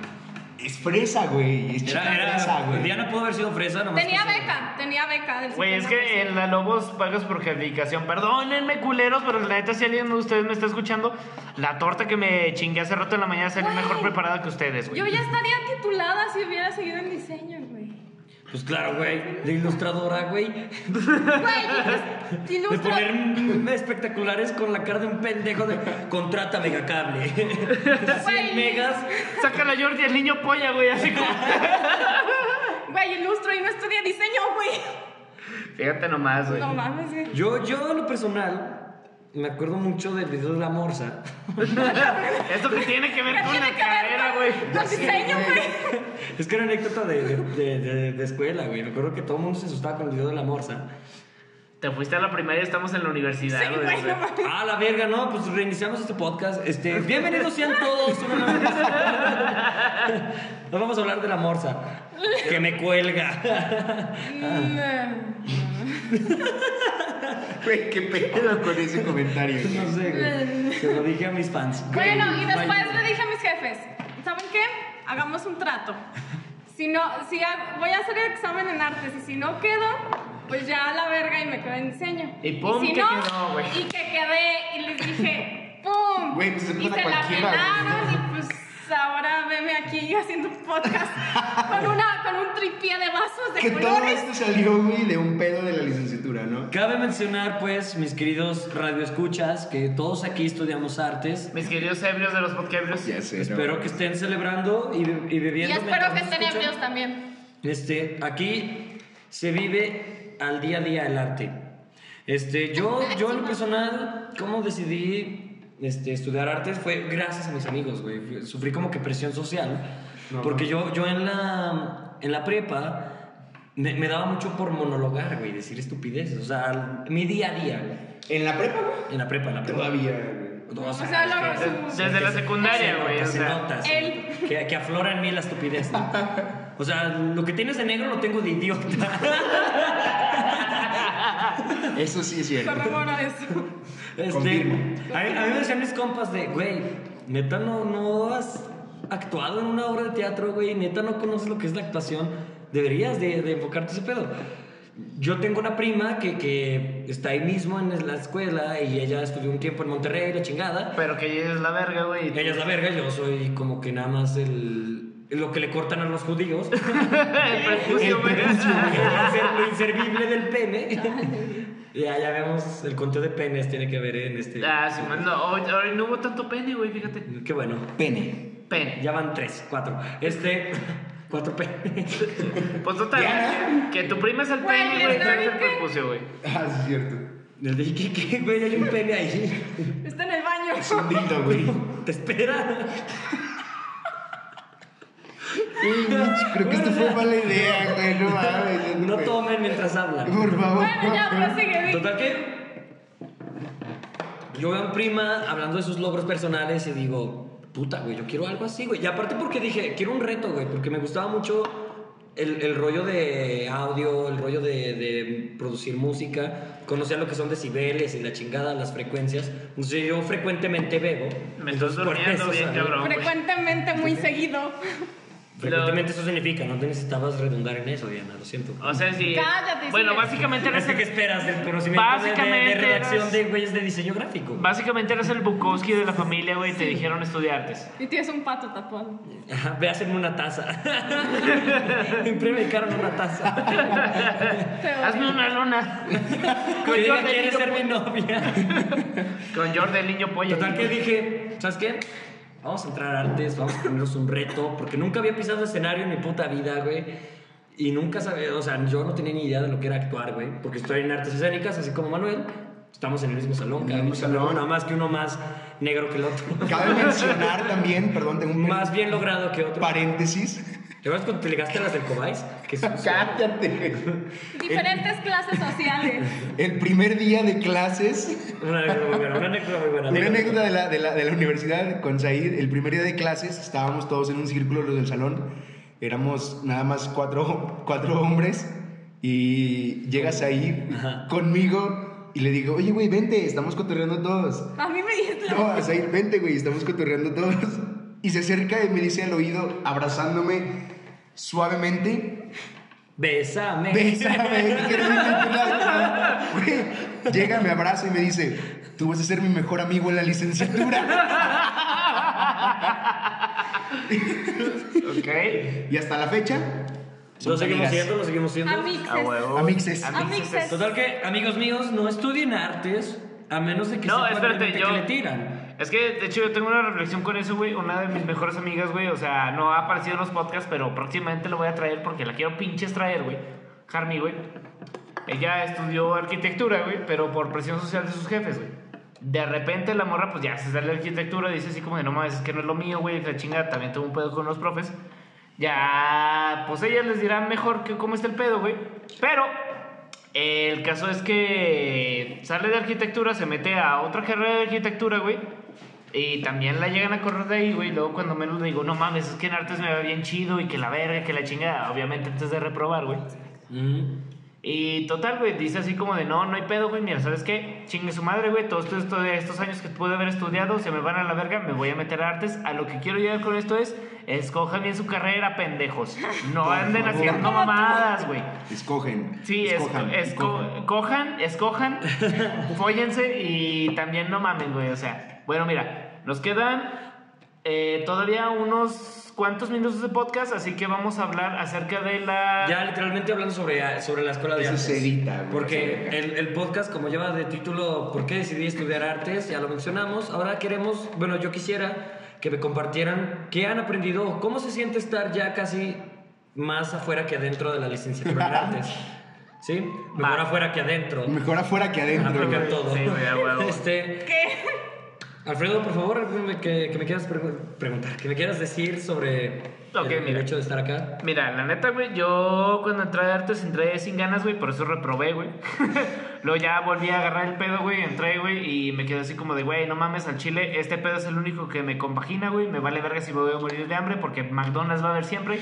Es fresa, güey. Es chica Era, era- fresa, güey. Diana pudo haber sido fresa, nomás. Tenía que- beca, tenía beca del Güey, es 50%. que en la Lobos pagas por calificación. Perdónenme, culeros, pero la neta, si alguien de ustedes me está escuchando, la torta que me chingué hace rato en la mañana salió Güey. mejor preparada que ustedes, güey. Yo ya estaría titulada si hubiera seguido en diseño, güey. Pues claro, güey. De ilustradora, güey. Güey, si De poner m- espectaculares con la cara de un pendejo de contrata megacable. 100 megas. Saca la Jordi, el niño polla, güey, así como... Güey, ilustro y no estudié diseño, güey. Fíjate nomás, güey. No mames, güey. Yo, yo en lo personal, me acuerdo mucho del video de la morsa. ¿Esto que tiene que ver ¿Qué con tiene la que ver carrera, con- güey? con diseño, güey? Es que era anécdota de, de, de- de- de escuela, güey. Me acuerdo que todo el mundo se asustaba con el video de la morsa. Te fuiste a la primaria y estamos en la universidad. Sí, güey, güey, o sea. no mames. Ah, la verga, no, pues reiniciamos este podcast. Este, bienvenidos sean todos. una nueva vez. Nos vamos a hablar de la morsa. Que me cuelga. Ah. Güey, qué pedo con ese comentario. güey. No sé, güey. Se lo dije a mis fans. Bueno, y después Bye. le dije a mis jefes, ¿saben qué? Hagamos un trato. Si no, si ha- voy a hacer el examen en artes y si no quedo, pues ya a la verga y me quedo en diseño. Y pum, si que no, quedó, güey. y que quedé y les dije, ¡pum! Güey, pues, se y puso se la cualquiera, güey. pelaron y pues ahora veme aquí haciendo un podcast con, una, con un tripié de vasos de Que todo colores. esto salió, güey, de un pedo de la licenciatura, ¿no? Cabe mencionar, pues, mis queridos radioescuchas, que todos aquí estudiamos artes. Mis queridos ebrios de los podcabrios. Ya sé. ¿no? Espero que estén celebrando y, be- y Y bebiendo. mientras espero que nos estén escuchan. ebrios también. Este, aquí se vive al día a día el arte. Este, yo, yo en lo personal, cómo decidí este, estudiar artes fue gracias a mis amigos, güey. Fue- Sufrí como que presión social. porque yo, yo en, la, en la prepa me, me daba mucho por monologar, güey, decir estupideces. O sea, mi día a día, güey. En la prepa, güey. En la prepa, en la prepa. Todavía, güey. O sea, O sea, lo- es que- Desde, desde la secundaria, se güey. nota, o se sea. nota, sí. Él. Que, que aflora en mí la estupidez. ¿no? O sea, lo que tienes de negro lo tengo de idiota. Eso sí es cierto. Corroboro eso. Este, Confirmo. a, mí- a mí me decían mis compas de, güey, neta no, no has actuado en una obra de teatro, güey, neta no conoces lo que es la actuación, deberías de, de enfocarte a ese pedo. Yo tengo una prima que, que está ahí mismo en la escuela y ella estudió un tiempo en Monterrey, la chingada. Pero que ella es la verga, güey. Ella es la verga, yo soy como que nada más el. Lo que le cortan a los judíos. El prejuicio, El güey. prepucio, güey, el- Lo inservible del pene. Ya, ya vemos, el conteo de penes tiene que ver en este. Ah, sí, man, no, hoy, hoy no hubo tanto pene, güey, fíjate. Qué bueno. Pene. Pene. Ya van tres, cuatro. Este. Cuatro penes. Pues total, Ya. que tu prima es el Güey, pene, güey, tú eres el ¿saben qué? prepucio, güey. Ah, sí es cierto. Les dije, ¿qué, qué, güey? Hay un pene ahí. Está en el baño. Es un dildo, güey. Te espera. Uy, Mitch, creo que esto fue mala idea, güey. No mames. No güey. tomen mientras hablan. Por favor. Bueno, ya, prosigue, Vic. Total que. Yo veo a mi prima hablando de sus logros personales y digo, puta, güey, yo quiero algo así, güey. Y aparte porque dije, quiero un reto, güey, porque me gustaba mucho el, el rollo de audio, el rollo de, de producir música, conocer lo que son decibeles y la chingada, las frecuencias. Entonces yo frecuentemente bebo. Me estás Entonces, por durmiendo eso, bien, ¿sabes? cabrón. güey. Frecuentemente, muy seguido. Frecuentemente eso significa, no te necesitabas redundar en eso, Diana, lo siento. O sea, sí. Cállate, Bueno, sí, básicamente Es eres que, ¿qué el, esperas del conocimiento de- de- de, Básicamente redacción eras- de güeyes de diseño gráfico? básicamente eres el Bukowski de la familia, güey, te dijeron estudiartes. Y tienes un pato tatuado. Ajá, Ve a hacerme una taza. Siempre me dejaron una taza. Te odio. Hazme una lona. Que Con diga, Jordi ¿quieres Niño ser mi novia? Con Jordi el niño pollo. pues". Total que dije, ¿sabes qué? Vamos a entrar a artes, vamos a ponernos un reto, porque nunca había pisado escenario en mi puta vida, güey. Y nunca sabía, o sea, yo no tenía ni idea de lo que era actuar, güey, porque estoy en artes escénicas, así como Manuel. Estamos en el mismo salón, En el cada mismo quien, salón. nada más que uno más negro que el otro. Cabe mencionar también, perdón, tengo un más bien logrado que otro. paréntesis. ¿Te acuerdas cuando te ligaste a las del Cobais? Que son- Cállate. Diferentes clases sociales. El primer día de clases. Una anécdota muy buena, una anécdota muy buena. Una anécdota de la, de, la, de la universidad con Said, el primer día de clases estábamos todos en un círculo los del salón, éramos nada más cuatro, cuatro hombres y llega Said Ajá. conmigo y le digo, oye güey, vente, estamos cotorreando todos. A mí me dijiste No, a Said, vente güey, estamos cotorreando todos. Y se acerca y me dice al oído, abrazándome suavemente, Bésame. Bésame, que no me encanta la- Güey, Llega, me abraza y me dice, tú vas a ser mi mejor amigo en la licenciatura. Ok. Y hasta la fecha, Lo somos seguimos amigas. siendo, lo seguimos siendo. Amixes. A huevo. Amixes. Amixes. Total que, amigos míos, no estudien artes a menos de que No, sepan espérate, realmente yo- que le tiran. Es que, de hecho, yo tengo una reflexión con eso, güey. Una de mis mejores amigas, güey. O sea, no ha aparecido en los podcasts, pero próximamente lo voy a traer porque la quiero pinches traer, güey. Harmy, güey. Ella estudió arquitectura, güey, pero por presión social de sus jefes, güey. De repente la morra, pues ya se sale de arquitectura, dice así como de no mames, es que no es lo mío, güey, la chingada, también tengo un pedo con los profes. Ya, pues ella les dirá mejor que cómo está el pedo, güey. Pero El caso es que sale de arquitectura, se mete a otra carrera de arquitectura, güey. Y también la llegan a correr de ahí, güey. Luego cuando menos le digo, no mames, es que en artes me va bien chido y que la verga, que la chingada. Obviamente antes de reprobar, güey. Mm. Y total, güey, dice así como de, no, no hay pedo, güey, mira, ¿sabes qué? Chingue su madre, güey, todos estos, todos estos años que pude haber estudiado se me van a la verga, me voy a meter a artes. A lo que quiero llegar con esto es, escojan bien su carrera, pendejos. No anden favor. haciendo mamadas, güey. Escogen. Sí, escojan, escojan, escojan. cojan, escojan, fóllense y también no mamen, güey. O sea, bueno, mira, nos quedan eh, todavía unos cuantos minutos de podcast, así que vamos a hablar acerca de la. Ya literalmente hablando sobre, sobre la escuela de Eso artes. se edita, güey. Porque el, el podcast, como lleva de título ¿Por qué decidí estudiar artes? Ya lo mencionamos. Ahora queremos, bueno, yo quisiera que me compartieran qué han aprendido, o cómo se siente estar ya casi más afuera que adentro de la licenciatura en artes. ¿Sí? Mejor Va. afuera que adentro. Mejor afuera que adentro. Aplica güey. todo. Sí, güey, a huevo. Este, Alfredo, por favor, algo que, que me quieras pregu- preguntar, que me quieras decir sobre Ok, el- el, mira. hecho de estar acá. Mira, la neta, güey, yo cuando entré a artes entré sin ganas, güey, por eso reprobé, güey. Luego ya volví a agarrar el pedo, güey, entré, güey, y me quedé así como de, güey, no mames, al chile, este pedo es el único que me compagina, güey, me vale verga si me voy a morir de hambre, porque McDonald's va a haber siempre.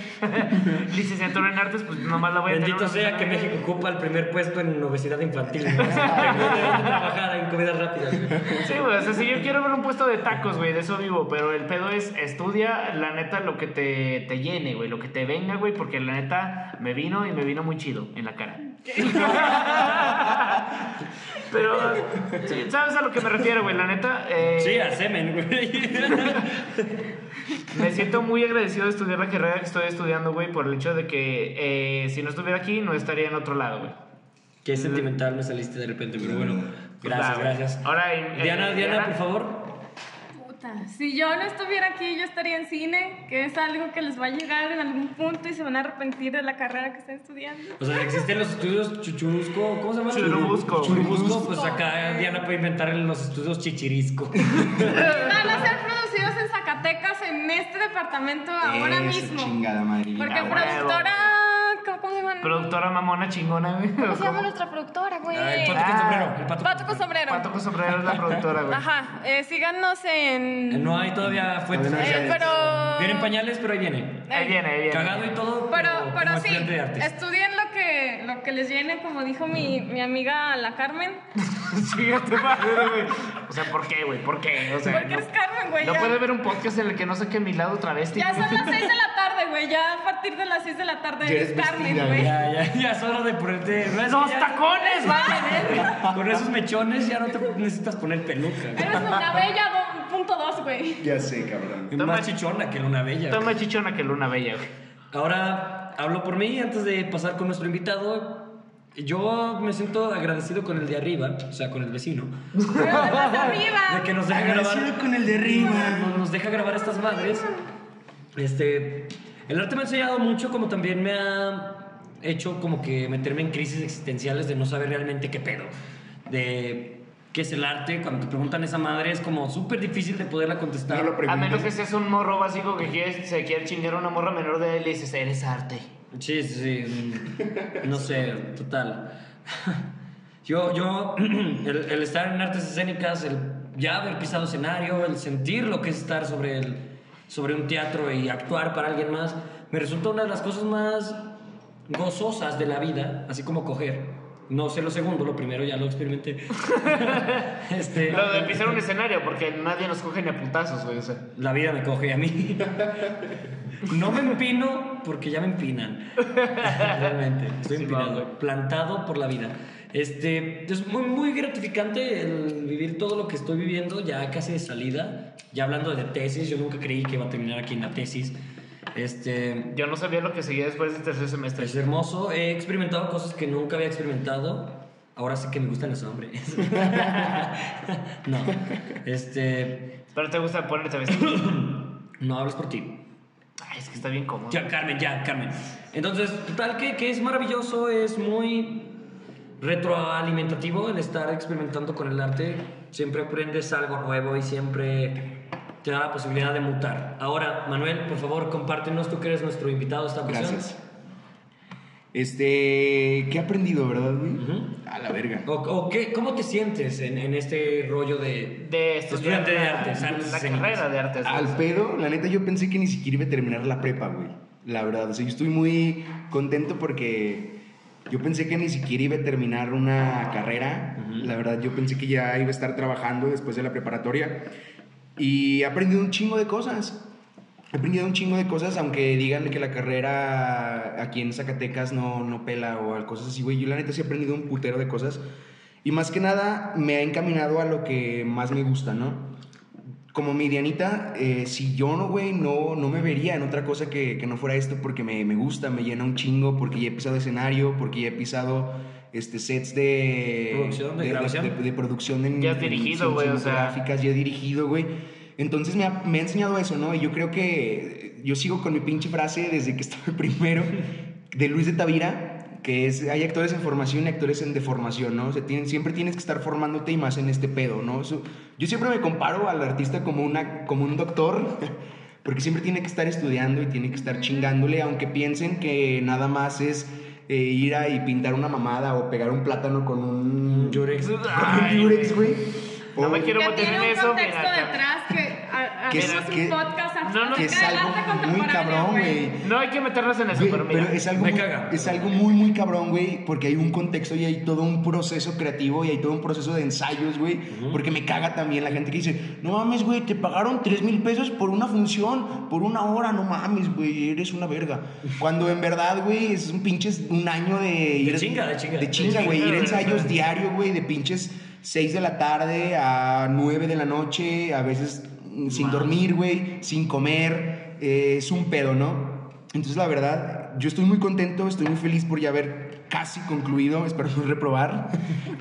Licenciatura en artes, pues nomás la voy a tener. Bendito una sea semana, que güey. México ocupa el primer puesto en obesidad infantil. ¿no? Tengo que trabajar en comidas rápidas. güey. Sí, güey, o sea, si yo quiero ver un puesto de tacos, güey, de eso vivo, pero el pedo es estudia, la neta, lo que te, te llene, güey, lo que te venga, güey, porque la neta me vino y me vino muy chido en la cara. pero, sí, ¿sabes a lo que me refiero, güey? La neta, eh, Sí, a semen, güey. me siento muy agradecido de estudiar la carrera que estoy estudiando, güey, por el hecho de que eh, si no estuviera aquí, no estaría en otro lado, güey. Qué sentimental me saliste de repente, pero bueno. Va, Gracias, güey. gracias. pues, Ahora, eh, Diana, eh, Diana, Diana. por favor. Puta, si yo no estuviera aquí, yo estaría en cine, que es algo que les va a llegar en algún punto y se van a arrepentir de la carrera que están estudiando. O sea, existen los estudios chuchurusco, ¿cómo se llama? Churubusco. Churubusco, pues Churubusco. acá Diana puede inventar los estudios chichirisco. Van a ser producidos en Zacatecas, en este departamento, ahora Eso, mismo. chingada madre. Porque Ah, huevo. productora. ¿Cómo, cómo se llama? Productora mamona chingona, güey. ¿Cómo se llama nuestra productora, güey? Ah, el pato Ah. con sombrero. El pato. Pues, Pato con sombrero. Pato Cosombrero es la productora, güey. Ajá, eh, síganos en. Eh, No hay todavía fuentes. Todavía no Eh, hay. oficiales. pero. Vienen pañales, pero ahí viene. Ahí viene, ahí viene. Cagado y todo. Pero, como pero sí, estudiante de artes. estudien lo que, lo que les llene, como dijo mi, mi amiga la Carmen. Chígate madre, güey. O sea, ¿por qué, güey? ¿Por qué? O sea, Porque eres Carmen, güey. no ya, puede haber un podcast en el que no saque mi lado travesti. ya son las 6 de la tarde, güey. Ya a partir de las 6 de la tarde Ya eres eres Carmen, vestida, güey. Ya, ya, ya, es hora de ponerte. no es- ¡Los ya- tacones, vale! Con esos mechones ya no te necesitas poner peluca. güey. Eres una bella do- punto dos, güey. Ya sé, cabrón. Es Más chichona que una bella. güey. Toma chichona que luna bella, güey. Ahora hablo por mí antes de pasar con nuestro invitado. Yo me siento agradecido con el de arriba, o sea, con el vecino, Pero estás de arriba. que nos deja Agradecido grabar, con el de rima. nos, nos deja grabar estas madres. Este, el arte me ha enseñado mucho, como también me ha hecho como que meterme en crisis existenciales de no saber realmente qué pedo, de qué es el arte. Cuando te preguntan esa madre es como súper difícil de poderla contestar. No lo A menos que preguntes. seas un morro básico que quiere- se quiere chingar a una morra menor de edad y le dices, eres arte. Sí, sí, sí. mm, No sé, total. Yo, yo, el, el estar en artes escénicas, el ya haber pisado escenario, el sentir lo que es estar sobre, el, sobre un teatro y actuar para alguien más, me resulta una de las cosas más gozosas de la vida, así como coger. No sé lo segundo, lo primero ya lo experimenté. este, Lo de pisar un escenario, porque nadie nos coge ni a putazos, güey. O sea, la vida me coge a mí. No me empino porque ya me empinan. Realmente, estoy Sí, va, empinado, güey. plantado por la vida. Este, es muy, muy gratificante el vivir todo lo que estoy viviendo ya casi de salida. Ya hablando de tesis, yo nunca creí que iba a terminar aquí en la tesis. Este, yo no sabía lo que seguía después del tercer semestre. es hermoso. He experimentado cosas que nunca había experimentado. Ahora sí que me gustan los hombres. no. Este, Pero te gusta ponerte vestido. no hablas por ti. Ay, es que está bien cómodo. Ya, Carmen, ya, Carmen. Entonces, total que, que es maravilloso, es muy retroalimentativo el estar experimentando con el arte. Siempre aprendes algo nuevo y siempre te da la posibilidad de mutar. Ahora, Manuel, por favor, compártenos, tú que eres nuestro invitado esta ocasión. Gracias. Este, ¿qué he aprendido, verdad, güey? Ujú. A la verga. ¿O, o qué, cómo te sientes en, en este rollo de... De estudiar Estudiante de la- artes, artes la escénicas. carrera de artes. Al pedo, la neta, yo pensé que ni siquiera iba a terminar la prepa, güey. La verdad, o sea, yo estoy muy contento porque yo pensé que ni siquiera iba a terminar una carrera. La verdad, yo pensé que ya iba a estar trabajando después de la preparatoria. Y he aprendido un chingo de cosas. He aprendido un chingo de cosas, aunque digan que la carrera aquí en Zacatecas no, no pela o cosas así, güey. Yo la neta sí he aprendido un putero de cosas. Y más que nada, me ha encaminado a lo que más me gusta, ¿no? como mi Dianita, eh, si yo no, güey, no, no me vería en otra cosa que, que no fuera esto porque me, me gusta, me llena un chingo, porque ya he pisado escenario, porque ya he pisado este, sets de... Producción, de grabación. de- de producción en... Ya has en dirigido, cine güey, o sea. cinematográficas, ya he dirigido, güey. Entonces me ha, me ha enseñado eso, ¿no? Y yo creo que yo sigo con mi pinche frase desde que estaba en primero de Luis de Tavira, que es, hay actores en formación y actores en deformación, ¿no? O sea, tienen- siempre tienes que estar formándote y más en este pedo, ¿no? Eso- yo siempre me comparo al artista como, una, como un doctor, porque siempre tiene que estar estudiando y tiene que estar chingándole, aunque piensen que nada más es eh, ir a y pintar una mamada o pegar un plátano con un... Yurex. Con Ay, un yurex, güey. No O- me quiero que meter en tiene un eso. contexto mira, acá. detrás que a- Que es- hacemos que- un podcast no, no, acerca que es del arte algo muy contemporáneo, cabrón, güey. No hay que meternos en eso, Güey, pero mira. pero es algo, me muy, caga. es algo muy, muy cabrón, güey, porque hay un contexto y hay todo un proceso creativo y hay todo un proceso de ensayos, güey, porque me caga también la gente que dice, no mames, güey, te pagaron 3 mil pesos por una función, por una hora, no mames, güey, eres una verga. Cuando en verdad, güey, es un pinches, un año de... ir- chinga, de chinga. De chinga, güey, ir a güey, ensayos sí. diario, güey, de pinches 6 de la tarde a 9 de la noche, a veces mm, sin dormir, güey, sin comer, eh, es un pedo, ¿no? Entonces, la verdad, yo estoy muy contento, estoy muy feliz por ya haber casi concluido, espero no reprobar.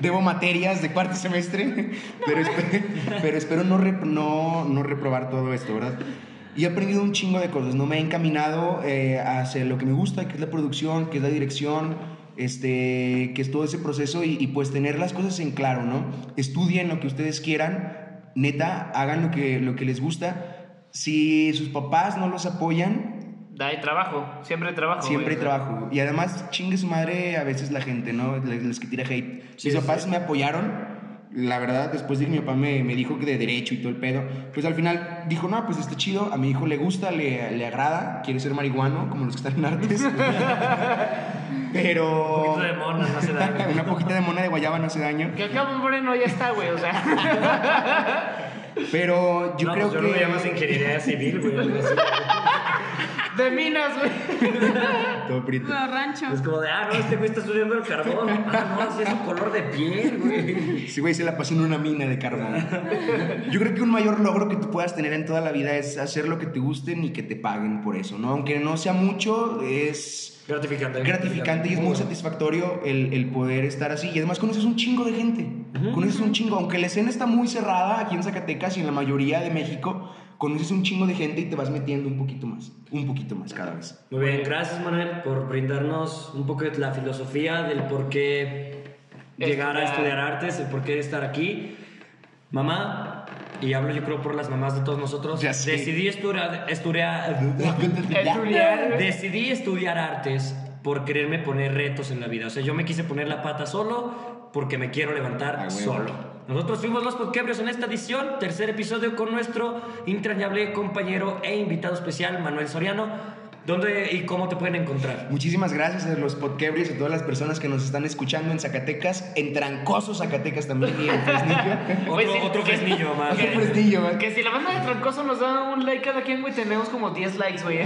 Debo materias de cuarto semestre, pero, espe- pero espero no, rep- no, no reprobar todo esto, ¿verdad? Y he aprendido un chingo de cosas, ¿no? Me he encaminado eh, hacia lo que me gusta, que es la producción, que es la dirección, este, que es todo ese proceso y, y, pues tener las cosas en claro, ¿no? Estudien lo que ustedes quieran, neta, hagan lo que, lo que les gusta. Si sus papás no los apoyan, Da hay trabajo, siempre hay trabajo. siempre hay güey. trabajo. Y además, chingue su madre a veces la gente, ¿no? Les, les que tira hate. Sí, mis sí. papás me apoyaron. La verdad, después de que mi papá me, me dijo que de derecho y todo el pedo, pues al final dijo, no, pues está chido, a mi hijo le gusta, le, le agrada, quiere ser marihuano, como los que están en artes. Pero... Un poquito de mona, no se da. Una poquita de mona de guayaba no hace daño. Que acá un moreno ya está, güey, o sea. Pero yo No, creo pues yo que. lo llamas ingeniería civil, güey. algo así. De minas, güey. Todo prieto. Los ranchos. Es como de, ah, no, este güey está estudiando el carbón. Ah, no, así es su color de piel, güey. Sí, güey, se la pasó en una mina de carbón. Yo creo que un mayor logro que tú puedas tener en toda la vida es hacer lo que te gusten y que te paguen por eso, ¿no? Aunque no sea mucho, es Gratificante. gratificante y es muy Bueno. satisfactorio el, el poder estar así. Y además conoces un chingo de gente. Conoces un chingo. Aunque la escena está muy cerrada aquí en Zacatecas y en la mayoría de México, conoces un chingo de gente y te vas metiendo un poquito más. Un poquito más cada vez. Muy bien, gracias Manuel por brindarnos un poco de la filosofía del por qué llegar a Estudiar. estudiar artes, el por qué estar aquí. Mamá, y hablo yo creo por las mamás de todos nosotros, Ya sé. decidí estudiar, estudiar, El Julián, güey. decidí estudiar artes por quererme poner retos en la vida. O sea, yo me quise poner la pata solo porque me quiero levantar Ah, güey. solo. Nosotros fuimos los podquebrios en esta edición, tercer episodio con nuestro entrañable compañero e invitado especial, Manuel Soriano. ¿Dónde y cómo te pueden encontrar? Muchísimas gracias a los podquebrios y a todas las personas que nos están escuchando en Zacatecas, en Trancoso Zacatecas también y en Fresnillo. Otro, Güey, sí, otro que- fresnillo más. Otro Fresnillo, ¿verdad? Que si la banda de Troncoso nos da un like cada quien, güey, tenemos como 10 likes, güey.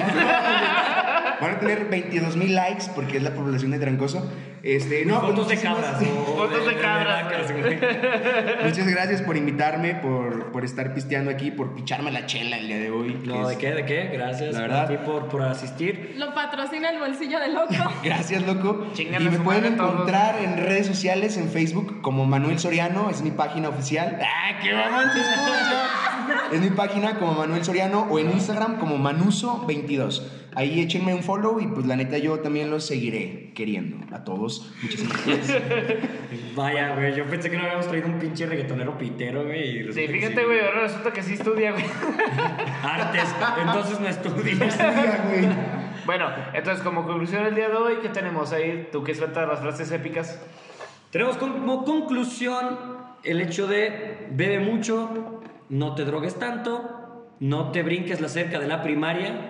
Van a tener 22 mil likes porque es la población de Trancoso. Este, no, pues fotos de muchísimas- cabras. o Fotos de cabras, vacas, güey. güey. Muchas gracias por invitarme, por, por estar pisteando aquí, por picharme la chela el día de hoy. que No, ¿de es- qué? ¿De qué? Gracias La verdad. a ti por, por asistir. Lo patrocina el bolsillo de loco. Gracias, loco. Chingan y a me su pueden madre todos. encontrar en redes sociales, en Facebook, como Manuel Soriano, es mi página oficial. ¡Ah, qué mamón se escucha! Es mi página como Manuel Soriano o en Instagram como Manuso22. Ahí échenme un follow y pues la neta yo también los seguiré queriendo a todos. Muchísimas gracias. Vaya, güey, yo pensé que no habíamos traído un pinche reggaetonero pitero, güey. y resulta Sí, que fíjate, güey, ahora resulta que sí estudia, güey. Artes, entonces no estudias. Mira, güey. Bueno, entonces como conclusión del día de hoy, ¿qué tenemos ahí? ¿Tú qué es falta de las frases épicas? Tenemos como conclusión el hecho de bebe mucho, no te drogues tanto, no te brinques la cerca de la primaria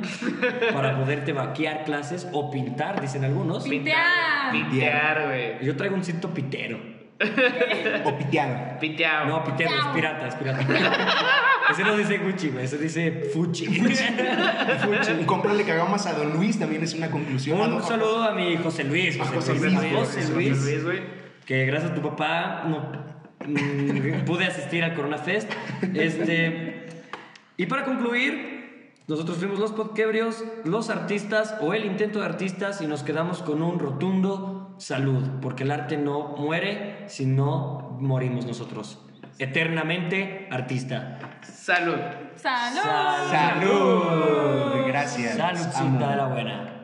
para poderte vaquear clases o pintar, dicen algunos. Pintear. Pitear, güey. Yo traigo un cinto pitero. O piteado. Pitear. No, pitero, es pirata, es pirata. Ese no dice Gucci, güey, ese dice Fuchi. Fuchi. Cómprale cagamas a Don Luis también es una conclusión. Un saludo a mi José Luis, Ah, José, José Luis, Luis, José José Luis. Luis, güey. que gracias a tu papá no mm, pude asistir al Corona Fest. Este, y para concluir, nosotros fuimos los podquebrios, los artistas o el intento de artistas y nos quedamos con un rotundo salud, porque el arte no muere si no morimos nosotros. Eternamente artista. Salud. Salud. Salud. Salud. Gracias. Saludcita Amo. de la buena.